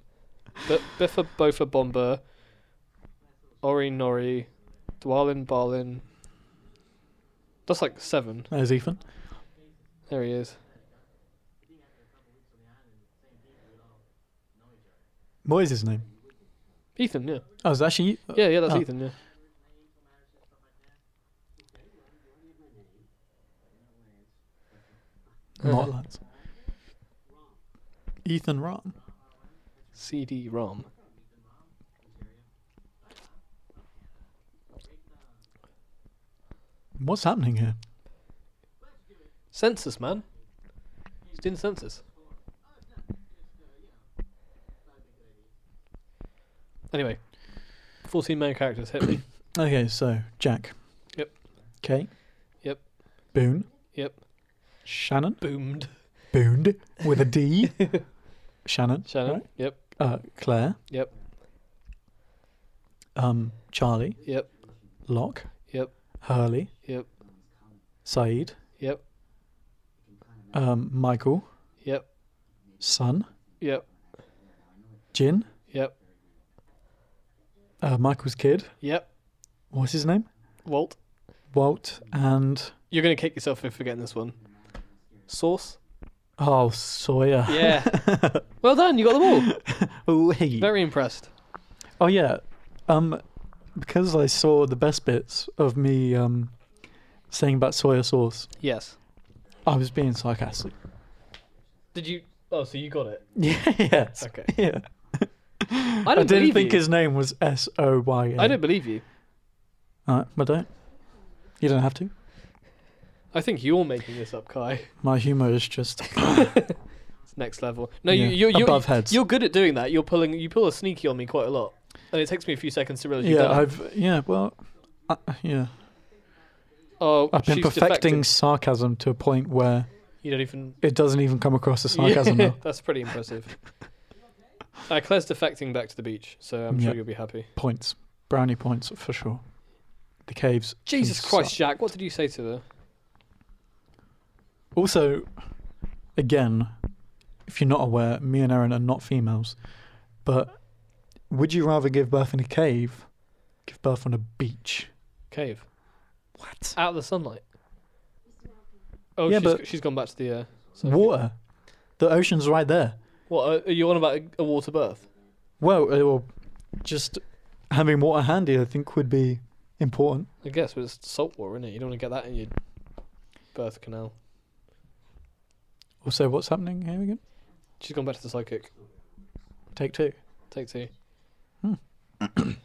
B- Biffa, Bofa, Bomber, Ori, Nori, Dwalin, Balin. That's like seven.
There's Ethan.
There he is.
What is his name?
Ethan, yeah.
Oh, it's actually.
Yeah, yeah, that's
Oh.
Ethan, yeah.
Oh, Not Lance. Ethan Ron.
CD ROM.
What's happening here?
Census, man. He's doing census. Anyway, 14 main characters hit me.
Okay, so Jack.
Yep.
Kate.
Yep.
Boone.
Yep.
Shannon.
Boomed.
Boone with a D. Shannon.
Shannon.
right?
Yep.
Uh, Claire.
Yep.
Um, Charlie.
Yep.
Locke.
Yep.
Hurley.
Yep.
Saeed.
Yep.
Um, Michael.
Yep.
Son.
Yep.
Jin.
Yep.
Uh, Michael's kid.
Yep.
What's his name?
Walt.
Walt and
You're gonna kick yourself for forgetting this one. Sauce.
oh Sawyer.
Yeah. well done. You got them all.
Oh hey.
Very impressed.
Oh yeah. Um, because I saw the best bits of me um saying about soya sauce,
Yes.
I was being sarcastic.
Did you? Oh, so you got it.
Yeah. Yes.
Okay.
Yeah.
I
I
don't
didn't
believe
think
you.
his name was S O Y A.
I don't believe you.
Alright, but don't. You don't have to.
I think you're making this up, Kai.
My humor is just.
It's next level. No,
Yeah.
you, you're, you're
Above heads.
You're good at doing that. You're pulling. You pull a sneaky on me quite a lot, and it takes me a few seconds to realize you've
yeah.
done it.
I've. Yeah. Well. I, yeah.
Oh,
I've been
she's
perfecting
defected.
sarcasm to a point where
You don't even.
it doesn't even come across as sarcasm.
Yeah,
now.
that's pretty impressive. Uh, Claire's defecting back to the beach, so I'm
Yeah.
sure you'll be happy.
Points. Brownie points for sure. The caves. can
Jesus Christ,
suck.
Jack! What did you say to her?
Also, again, if you're not aware, me and Aaron are not females, but would you rather give birth in a cave, give birth on a beach?
Cave.
What?
out of the sunlight. Oh,
Yeah,
she's,
but-
she's gone back to the. Uh, surfing.
Water. The ocean's right there.
What uh, are you on about? A, a water birth?
Well, uh, well, just having water handy, I think, would be important.
I guess, but it's salt water, isn't it? You don't want to get that in your birth canal.
Also, what's happening here again?
She's gone back to the psychic.
Take two.
Take two.
Hmm.
She's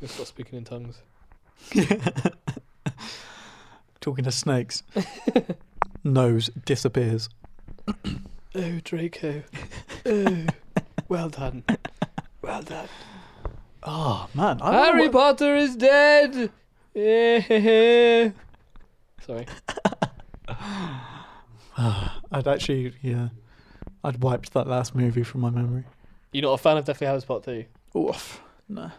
gonna start speaking in tongues.
Talking to snakes. Nose disappears.
Oh, Draco. oh, well done. Well done.
Oh man, I don't know
Harry
what-
Potter is dead. Eh. Sorry.
I'd actually, yeah, I'd wiped that last movie from my memory.
You're not a fan of Deathly Hallows Part 2?
Oof, nah.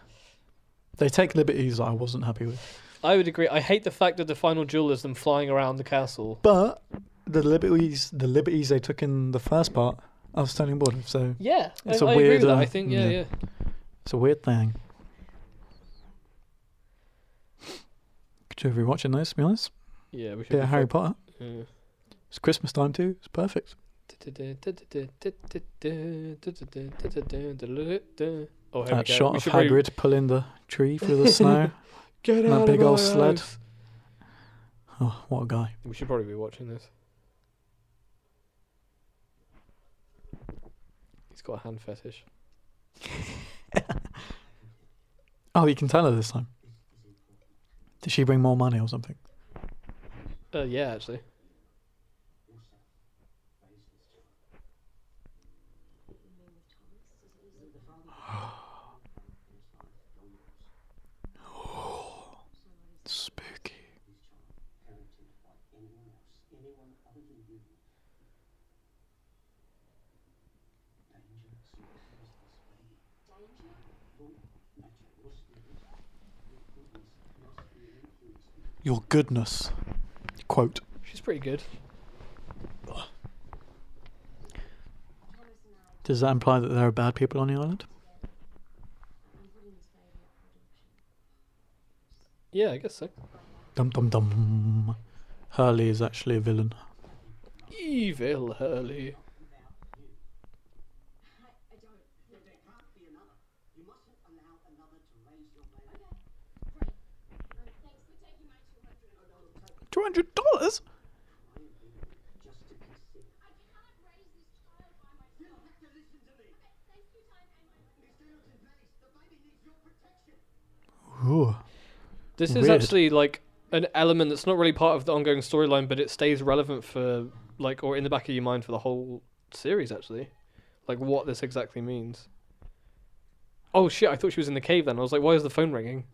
They take liberties that I wasn't happy with,
I would agree. I hate the fact that the final duel is them flying around the castle.
but the liberties, the liberties they took in the first part, I was standing bored with. So
Yeah,
It's
I,
a
I agree
weird,
with that.
uh,
I think, yeah,
yeah.
yeah.
it's a weird thing. Could you ever be watching those? To be honest,
Yeah, we should.
yeah,
be
Harry
fuck-
Potter.
Yeah.
It's Christmas time too. It's perfect.
Oh, here we go.
that shot
We
of
should really-
Hagrid pulling the tree through the snow.
Get
that
out
big
of
old
my
sled.
house.
Oh, what a guy!
We should probably be watching this. He's got a hand fetish.
Oh, you can tell her this time. Did she bring more money or something?
Uh, yeah, actually.
Spooky. Your goodness. Quote.
She's pretty good.
Thomas and I,
Does that imply that there are bad people on the island?
I'm putting this baby up for adoption.
Yeah, I guess so.
Dum dum dum. Hurley is actually a villain.
Evil Hurley.
I don't.
But there can't be another. You mustn't allow another to raise your baby.
Great. Um, thanks for taking my 200.
No, no, no,
Two hundred dollars.
just to consider.
I cannot raise this child by
You
myself.
have to listen to me.
Okay, thanks for your time and my money.
Miss Dale's advice. The baby needs your protection.
Ooh.
This is
Weird.
actually like an element that's not really part of the ongoing storyline, but it stays relevant for like or in the back of your mind for the whole series actually. Like what this exactly means. Oh shit, I thought she was in the cave then. I was like, why is the phone ringing?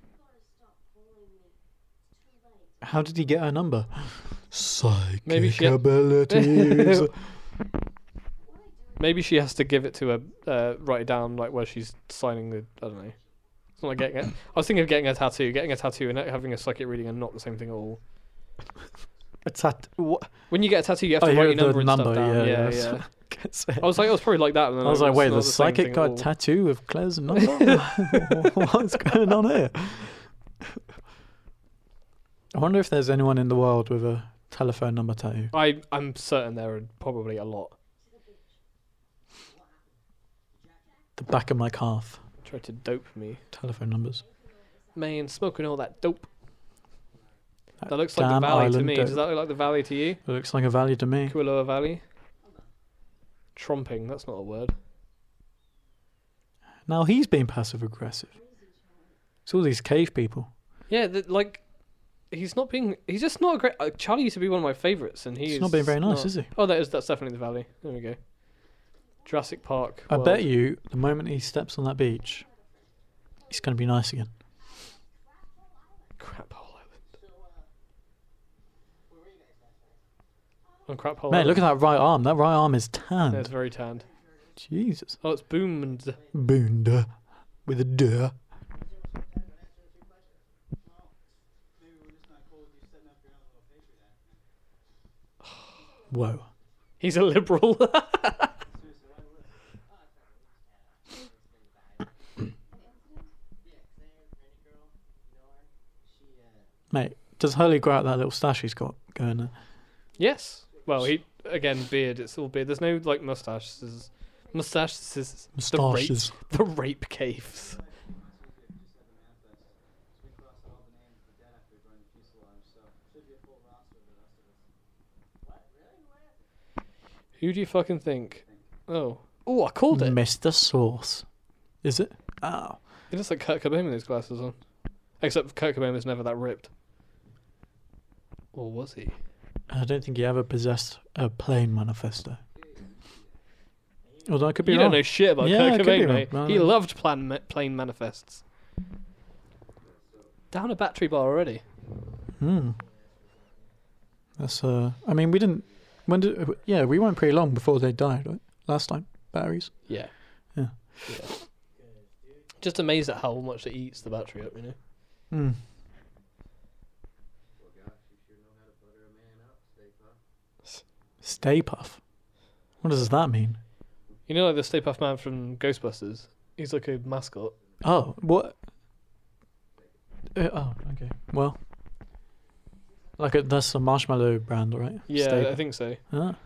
You've got to stop calling me. It's too late.
How did he get her number? Psychic
Maybe she-
abilities.
What I do is
Maybe she has to give it to a uh, write it down like where she's signing the I don't know. It's not like getting it. I was thinking of getting a tattoo, getting a tattoo and having a psychic reading are not the same thing at all.
a tat. What?
When you get a tattoo, you have
Oh,
to
you
write your
have the
number and stuff
number,
down.
yeah,
Yeah, yeah.
yes. Gets it.
I was like, it was probably like that. And then
I was like,
it's
wait,
not
the
same thing
psychic
at
got
all.
a tattoo of Claire's number? What's going on here? I wonder if there's anyone in the world with a telephone number tattoo.
I I'm certain there are probably a lot.
The back of my calf.
Tried to dope me.
Telephone numbers.
Man, smoking all that dope. That
That
looks like the
damn
valley to
island
me.
dope.
Does that look like the valley to you?
It looks like a value to me.
Kualoa Valley. Tromping. That's not a word.
Now he's being passive aggressive. It's all these cave people.
Yeah, th- like he's not being. He's just not a great. Uh, Charlie used to be one of my favorites, and he's
He's not being very nice, is he?
Oh, that is. That's definitely the valley. There we go. Jurassic Park.
I
world.
bet you the moment he steps on that beach, he's going to be nice again.
Crap hole island.
So, uh, we're in it.
On crap hole.
Man,
island.
look at that right arm. That right arm is
Yeah, it's
tanned.
very tanned.
Jesus.
Oh, it's boomed.
Boonda. With a duh.
Maybe we're just not cool with you setting up your own little picture then.
Whoa.
He's a liberal.
Yeah, Claire, Randy girl, you know her? She, uh,
Mate, does Hurley grow out that little stash he's got going there?
Yes. Well, he again beard. It's all beard. There's no like mustaches. Mustaches.
Moustaches.
The rape, the rape caves. Who do you fucking think? Oh. Oh, I called it.
Mr. Sauce. Is it? Oh.
It looks like Kurt Cobain with those glasses on. Except Kurt Cobain was never that ripped. Or was he?
I don't think he ever possessed a plain manifesto. Although I could be
You
wrong.
don't know shit about
Yeah, I
Kurt
could be
Cobain, mate.
wrong.
He
No, no.
loved plan ma- plain manifests. Down a battery bar already.
Hmm. That's uh. I mean, we didn't. When did? Yeah, we went pretty long before they died. Right? Last time, batteries.
Yeah.
Yeah.
Yeah. Just amazed at how much it eats the battery up, you know?
Hmm. Stay Puff. What does that mean?
You know, like the Stay Puft Man from Ghostbusters? He's like a mascot.
Oh, what? Uh, oh, okay. Well, like a, that's a marshmallow brand, right?
Yeah,
Stay
I
Puft.
think so.
Ah,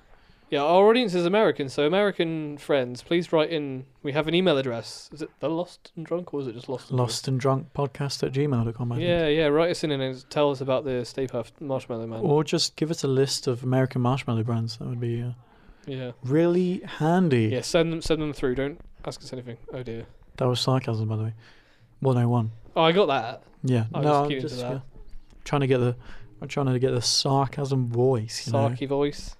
Yeah, our audience is American, so American friends, please write in. We have an email address. Is it the Lost and Drunk, or is it just Lost? And
lost and drunk podcast at gmail.com. I
Drunk?
think.
Yeah, yeah. Write us in and tell us about the Stay Puft Marshmallow Man.
Or just give us a list of American marshmallow brands. That would be uh,
Yeah,
really handy.
yeah. Send them, send them through. Don't ask us anything. Oh dear.
That was sarcasm, by the way. 101.
Oh, I got that.
Yeah.
I'll
no,
just
I'm
keep into
just
that.
yeah, trying to get the. I'm trying to get the sarcasm voice. You know?
Sarky voice.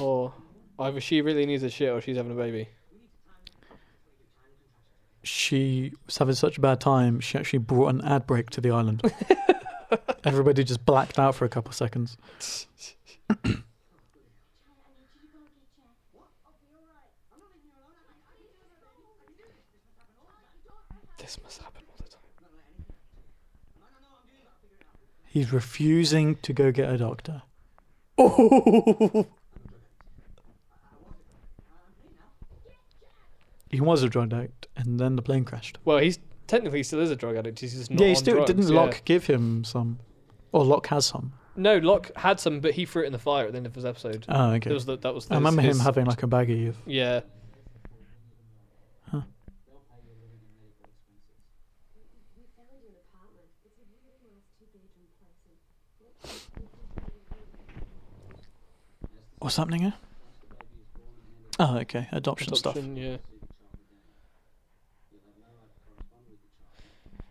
Or either she really needs a shit, or she's having a baby.
She was having such a bad time. She actually brought an ad break to the island. Everybody just blacked out for a couple of seconds.
I need you to go get Jack. What? I'll be alright. I'm not leaving you alone. I'm like, I need you to go. I need you to
This must happen all the time.
He's refusing to go get a doctor.
Oh.
He was a drug addict, and then the plane crashed.
Well, he's technically still is a drug addict. He's just not.
yeah, he
on
still
drugs,
didn't
yeah.
Locke give him some, or Locke has some.
No, Locke had some, but he threw it in the fire at the end of his episode.
Oh, okay.
That was the, that was.
I
his-
remember him
his-
having like a baggie of
Yeah.
We found an apartment. It's a really nice two bedroom place. And
what's happening here? Oh, eh? okay, adoption, stuff.
Adoption, Yeah.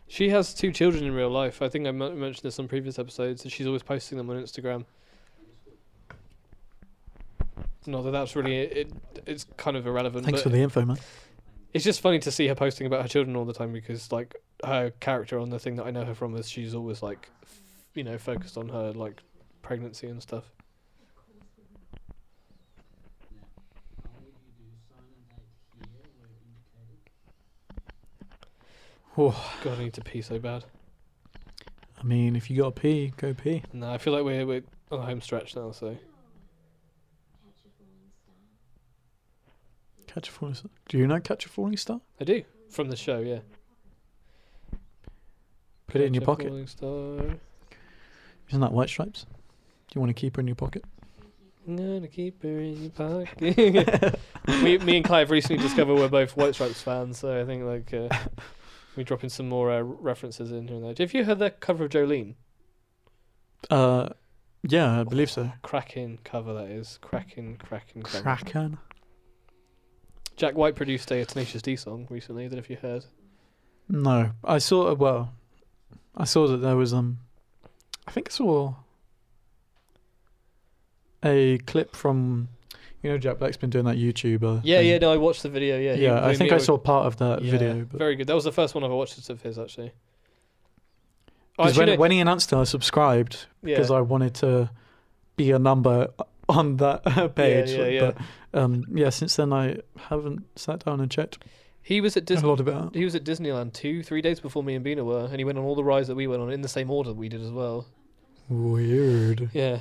She has two children in real life. I think I men- mentioned this on previous episodes. and She's always posting them on Instagram. No, that that's really it. It's kind of irrelevant.
Thanks
but
for the info, man.
It's just funny to see her posting about her children all the time because, like, her character on the thing that I know her from is she's always like, f- you know, focused on her like pregnancy and stuff. God, I need to pee so bad.
I mean, if you got to pee, go pee.
No, I feel like we're we're on the home stretch now, so.
catch a falling star.
Catch a falling star. Do you know Catch a Falling Star?
I do from the show, yeah.
Put it
Catch
in your
a
pocket.
falling star.
Isn't that White Stripes? Do you want to keep her in your pocket?
I'm gonna keep her in your pocket. me, me and Clive recently discovered we're both White Stripes fans, so I think like uh, we drop in some more uh, references in here and there. Have you heard their cover of Jolene?
Uh, yeah, I believe so.
Cracking cover that is. Cracking, cracking, cracking.
Kraken.
Jack White produced a Tenacious D song recently. I don't know if you heard.
No, I saw. uh, Well, I saw that there was um, I think I saw a clip from, you know, Jack Black's been doing that YouTuber.
Yeah,
thing.
yeah. No, I watched the video. Yeah,
Um,
he
yeah. I
blew
think
me
I
away.
saw part of that
Yeah,
video. But
Very good. That was the first one I've watched of his actually. Oh,
'Cause
actually,
when,
no,
when he announced it, I subscribed
yeah.
because I wanted to be a number on that uh, page.
yeah, yeah.
But um, yeah, since then I haven't sat down and checked
he was at
a
Disney.
lot of it out.
He was at Disneyland two, three days before me and Bina were, and he went on all the rides that we went on in the same order that we did as well.
Weird.
Yeah.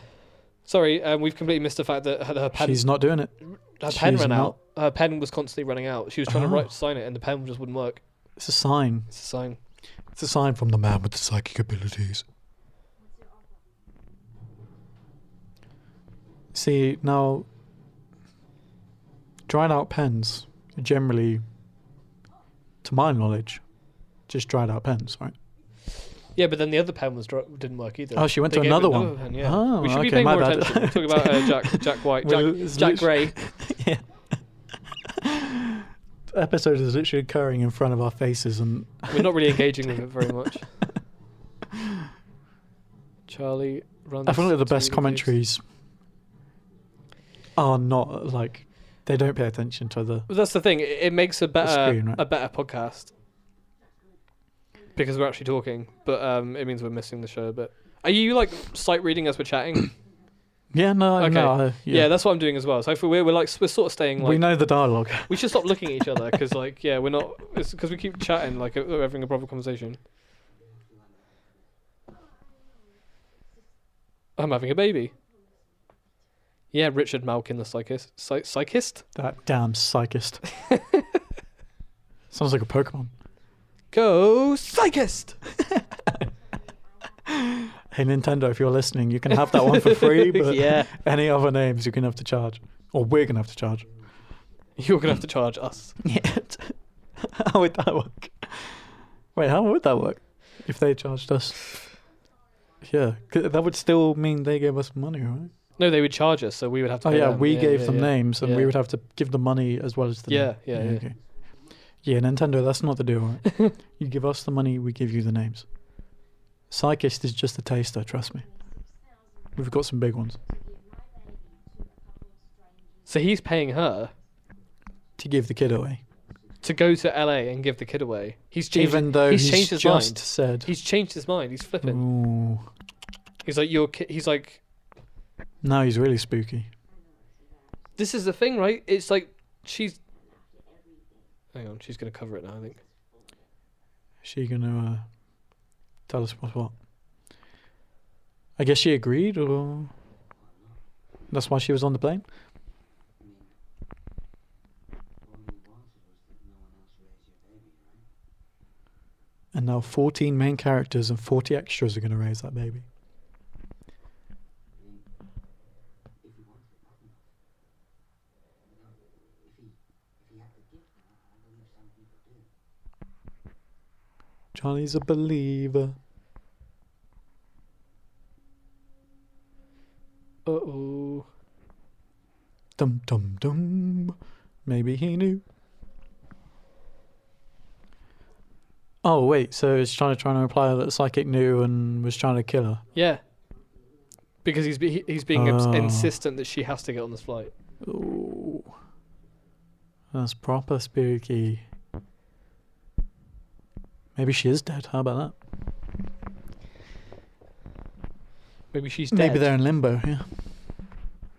Sorry, um, we've completely missed the fact that her, her pen
She's not doing it.
her pen
she's
ran
not-
out. Her pen was constantly running out. She was trying to
Oh.
write sign it, and the pen just wouldn't work.
It's a sign.
It's a sign.
It's a sign from the man with the psychic abilities. See, now, dried out pens are generally, to my knowledge, just dried out pens, right?
Yeah, but then the other pen was dro- didn't work either.
Oh, she went
They
to
gave
another
another
one.
pen, yeah.
Oh,
we should be
okay,
paying
my
more
bad.
attention. Talk about uh, Jack Jack White, Jack,
Well, it's
Jack
literally-
Gray.
yeah. The episode is literally occurring in front of our faces, and
We're not really engaging with it very much. Charlie runs.
I feel like the
to
best
gigs.
commentaries are not like they don't pay attention to the.
But that's the thing. It, it makes a better
screen, right?
a better podcast because we're actually talking, but um, it means we're missing the show a bit. Are you like sight reading as we're chatting?
Yeah, no,
Okay.
no, I-
yeah. that's what I'm doing as well. So if we're we're like we're sort of staying like
we know the dialogue.
We should stop looking at each other because, like, yeah, we're not. It's because we keep chatting, like, uh, we're having a proper conversation. I'm having a baby. Yeah, Richard Malkin, the psychist. Psy- psychist?
That damn psychist. Sounds like a Pokemon.
Go psychist!
Hey Nintendo, if you're listening, you can have that one for free, but
Yeah.
any other names you're gonna have to charge, or we're gonna have to charge.
You're going to have to charge us.
Yeah. how would that work? Wait, how would that work? If they charged us? Yeah, 'cause that would still mean they gave us money, right?
No, they would charge us, so we would have to
Oh
pay
yeah,
them.
we gave
yeah,
them
yeah.
names, and we
Yeah.
would have to give them money as well as the
Yeah,
name.
yeah, yeah.
okay. Yeah, Nintendo, that's not the deal. Right? you give us the money, we give you the names. Psychist is just a taster, trust me. We've got some big ones
So he's paying her
to give the kid away.
to go to LA and give the kid away. He's changed,
Even though he's,
changed his
just
mind.
said,
He's changed his mind. He's flipping.
"Ooh,
He's like, your kid. He's like,
now he's really spooky."
this is the thing, right? It's like she's. Hang on, she's gonna cover it now. I think.
Is she gonna uh, tell us what's what? I guess she agreed, or that's why she was on the plane.
All you wanted was that no one else raised your baby, right?
And now 14 main characters and 40 extras are going to raise that baby.
I mean, if he wanted it that much. You know, if he, if he had the gift, I I believe some people do.
Johnny's a believer.
Uh oh.
Dum dum dum. Maybe he knew. Oh wait, so it's trying to trying to imply that the psychic knew and was trying to kill her.
Yeah. Because he's be- he- he's being obs-
Oh.
insistent that she has to get on this flight.
Ooh. That's proper spooky. Maybe she is dead. How about that?
Maybe she's dead.
Maybe they're in limbo. Yeah.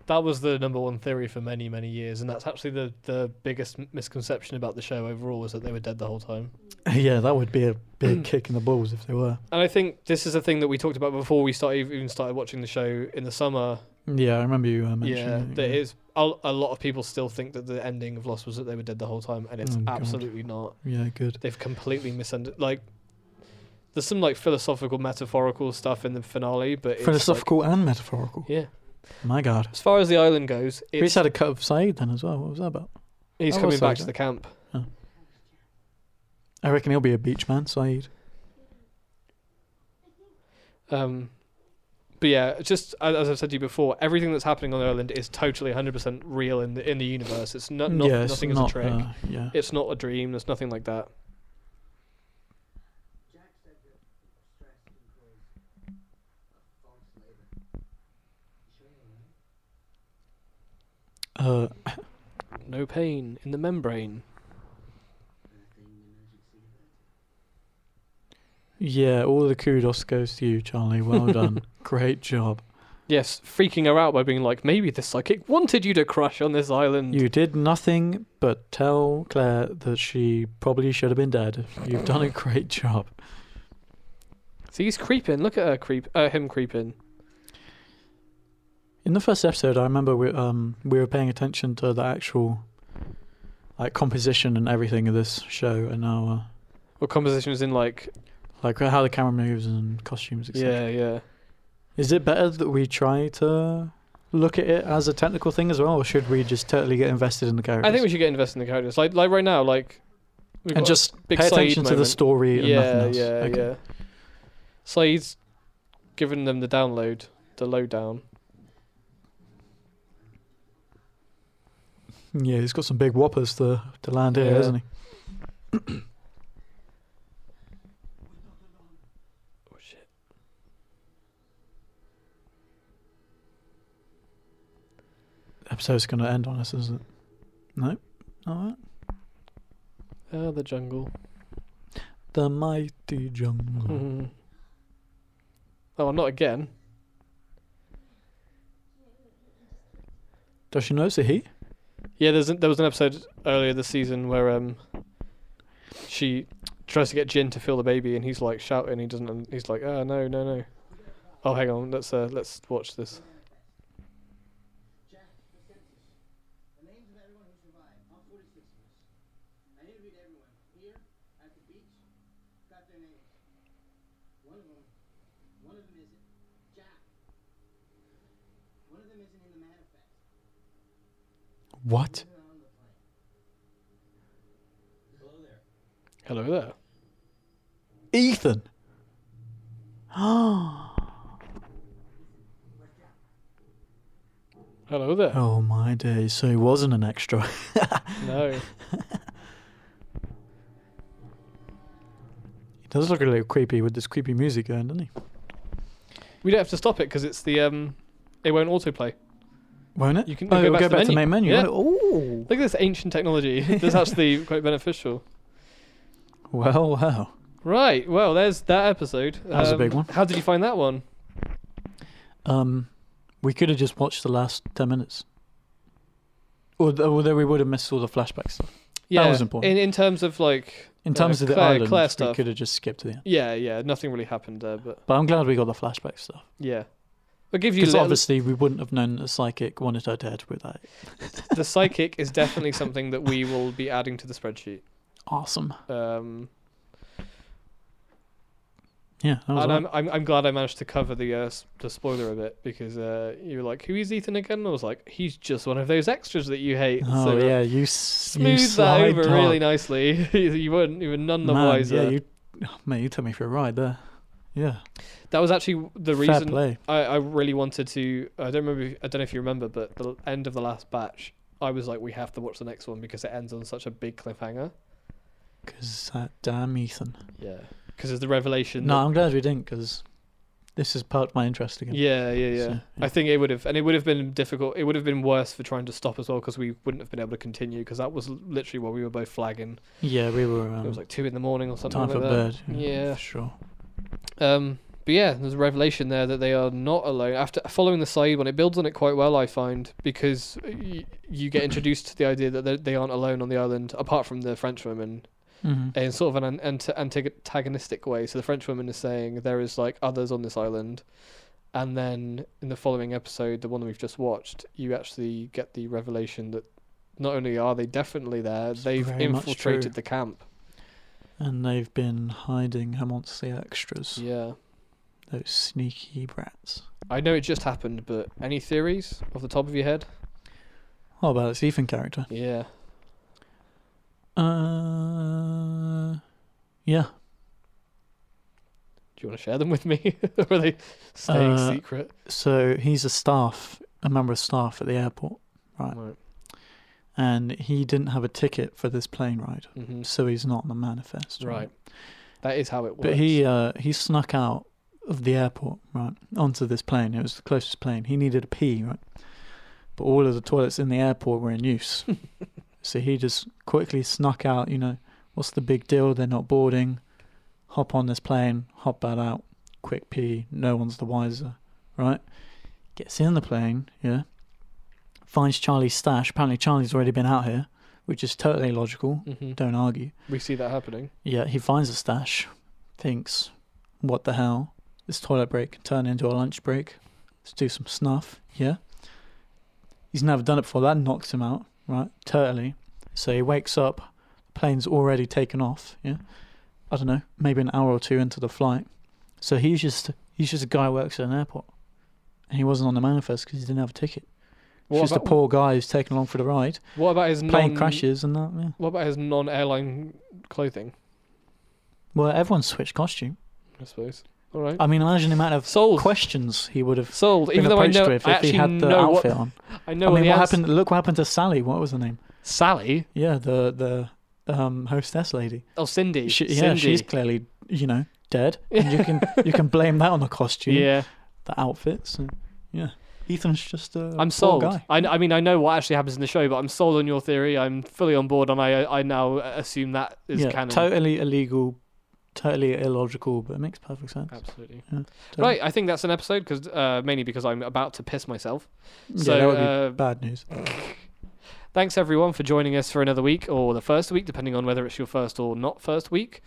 That was the number one theory for many many years, and that's actually the the biggest m- misconception about the show overall was that they were dead the whole time.
yeah, that would be a big kick in the balls if they were.
And I think this is a thing that we talked about before we started even started watching the show in the summer.
Yeah, I remember you uh, mentioning.
Yeah,
it,
there is a, a lot of people still think that the ending of Lost was that they were dead the whole time, and it's
Oh, God.
absolutely not.
Yeah, good.
they've completely misunderstood. Like, there's some like philosophical, metaphorical stuff in the finale, but it's, like-
Philosophical and metaphorical.
yeah.
My God.
As far as the island goes,
We just
it's,
had a Oh, cut of Saeed then as well. What was that about?
he's
I
coming
was
back
like
to
that.
the camp.
I reckon he'll be a beach man, Saeed.
Um, but yeah, just a- as I've said to you before, everything that's happening on the island is totally 100% real in the in the universe. It's not, not
yeah, it's
nothing is
not,
a trick.
uh, yeah.
It's not a dream. There's nothing like that.
Jack said that stress can cause a false labor. You sure you're all right?
Uh,
No pain in the membrane.
Anything emergency about it?
yeah, all the kudos goes to you, Charlie. Well done. Great job.
Yes, freaking her out by being like, maybe the psychic wanted you to crash on this island.
You did nothing but tell Claire that she probably should have been dead. You've done a great job.
See, he's creeping. Look at her creep. Uh, him creeping.
In the first episode, I remember we um we were paying attention to the actual like composition and everything of this show, and now uh,
Or composition is in like
like how the camera moves and costumes, etc.
Yeah, yeah.
Is it better that we try to look at it as a technical thing as well, or should we just totally get invested in the characters?
I think we should get invested in the characters. Like like right now, like we've
and
got-
just
big
pay
side
attention to the
moment.
story and nothing
yeah
else.
yeah
Okay.
yeah. So he's giving them the download, the lowdown.
Yeah, he's got some big whoppers to, to land here,
Yeah.
hasn't he?
Oh shit.
Episode's going to end on us, isn't it? No? Alright.
Ah, the jungle.
The Mighty Jungle.
Mhm. Oh, not again.
Does she know it's a he?
Yeah, there's a, there was an episode earlier this season where um she tries to get Jin to feel the baby, and he's like shouting. He doesn't. un- He's like, oh no no no. Oh, hang on. Let's uh, let's watch this.
Jack, the census. The names of everyone who survived, all 46 of us. I interviewed everyone here, at the beach, got their names. One of them, one of them isn't Jack. One of them isn't in the manifest.
What?
They're on the plane. Hello there.
Hello there.
Ethan! Oh
Hello there.
Oh my days, so he wasn't an extra.
No.
he does look a little creepy with this creepy music going, doesn't he?
We don't have to stop it because it's the um, it won't autoplay.
Won't it?
You can-
oh,
you
it'll go back to the main menu.
Yeah.
Oh,
Look at this ancient technology. That's actually quite beneficial.
well, wow.
Right. Well, there's that episode. That
was a big one.
How did you find that one?
Um, we could have just watched the last ten minutes. Or although we would have missed all the flashback stuff.
Yeah.
was important.
In in terms of like.
In
uh,
terms of the
Claire,
island,
Claire
we
stuff.
could have just skipped to the end.
Yeah, yeah. Nothing really happened there, but
But I'm glad we got the flashback stuff
yeah. I'll give you
because
little,
obviously we wouldn't have known the psychic wanted her dead without it.
the psychic is definitely something that we will be adding to the spreadsheet.
Awesome.
Um,
Yeah, that was
and
all
I'm, I'm I'm glad I managed to cover the uh, s- the spoiler a bit because uh, you were like, "Who is Ethan again?" And I was like, "He's just one of those extras that you hate."
Oh
so uh,
yeah, you s- you
smooth that
slide
over
hard.
really uh, nicely. you weren't you were none the
Man,
wiser.
Yeah, you, oh, man, you took me for a ride there. Yeah,
That was actually the
fair
reason
play.
I, I really wanted to. I don't remember. If, I don't know if you remember, but the end of the last batch, I was like, "We have to watch the next one because it ends on such a big cliffhanger."
Because that damn Ethan.
Yeah, because there's the revelation.
No,
that-
I'm glad we didn't because this has piqued my interest again.
Yeah, yeah, yeah.
So, yeah.
I think it would have, and it would have been difficult. It would have been worse for trying to stop as well because we wouldn't have been able to continue because that was l- literally what we were both flagging.
Yeah, we were. Um,
it was like two in the morning or something
time
like
for
that.
bed.
Yeah.
for sure.
Um, but yeah, there's a revelation there that they are not alone. After following the Saeed one, it builds on it quite well, I find, because y- you get introduced to the idea that they- they aren't alone on the island, apart from the Frenchwoman,
Mhm.
in sort of an ant- antagonistic way. So the Frenchwoman is saying there is like others on this island, and then in the following episode, the one that we've just watched, you actually get the revelation that not only are they definitely there, they've
very much true.
infiltrated the camp.
And they've been hiding amongst the extras.
Yeah,
Those sneaky brats.
I know it just happened, but any theories off the top of your head?
Oh, about its Ethan character.
Yeah,
Uh, yeah.
do you want to share them with me? Were they staying
Uh,
secret?
So he's a staff, a member of staff at the airport, right. and he didn't have a ticket for this plane ride,
hmm
so he's not on the manifest.
Right. That is how it works.
But he uh, he snuck out of the airport, right, onto this plane. It was the closest plane. He needed a pee, right? But all of the toilets in the airport were in use. so he just quickly snuck out, you know, what's the big deal? They're not boarding. Hop on this plane, hop that out, quick pee, no one's the wiser, right? Gets in the plane, yeah. Finds Charlie's stash. Apparently Charlie's already been out here, which is totally logical.
hmm
Don't argue.
We see that happening.
Yeah, he finds a stash, thinks, what the hell? This toilet break can turn into a lunch break. Let's do some snuff, yeah? He's never done it before. That knocks him out, right? Totally. So he wakes up, plane's already taken off, yeah? I don't know, maybe an hour or two into the flight. So he's just he's just a guy who works at an airport. and he wasn't on the manifest because he didn't have a ticket. It's
What
just
about-
a poor guy who's taken along for the ride.
What about his
Plane
non
crashes and that. Yeah.
What about his non-airline clothing?
Well, everyone switched costume.
I suppose. All right.
I mean, imagine the amount of
Sold.
questions he would have
Sold.
been
Even though I
approached
know,
with
I
if
actually
he had the
know
outfit
what
on.
I know
I
what,
mean,
the
what
ans-
happened? Look what happened to Sally. What was her name?
Sally.
Yeah, the the um, hostess lady.
Oh, Cindy.
She,
Cindy.
yeah, she's clearly you know dead, and you can you can blame that on the costume,
Yeah.
the outfits, and yeah. Ethan's just a poor
I'm sold.
guy.
I, I mean, I know what actually happens in the show, but I'm sold on your theory. I'm fully on board, and I I now assume that is
yeah,
canon.
totally illegal, totally illogical, but it makes perfect sense.
Absolutely.
Yeah, totally.
Right. I think that's an episode because uh, mainly because I'm about to piss myself.
Yeah,
So,
that would
uh,
be bad news.
Thanks everyone for joining us for another week or the first week, depending on whether it's your first or not first week.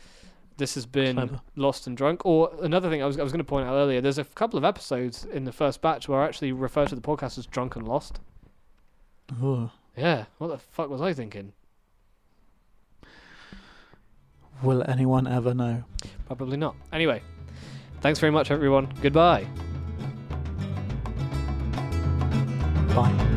This has been
Clever.
Lost and Drunk. Or another thing I was I was going to point out earlier. There's a couple of episodes in the first batch where I actually refer to the podcast as Drunk and Lost.
Oh,
Yeah. What the fuck was I thinking?
will anyone ever know?
Probably not. Anyway, thanks very much everyone. Goodbye.
Bye.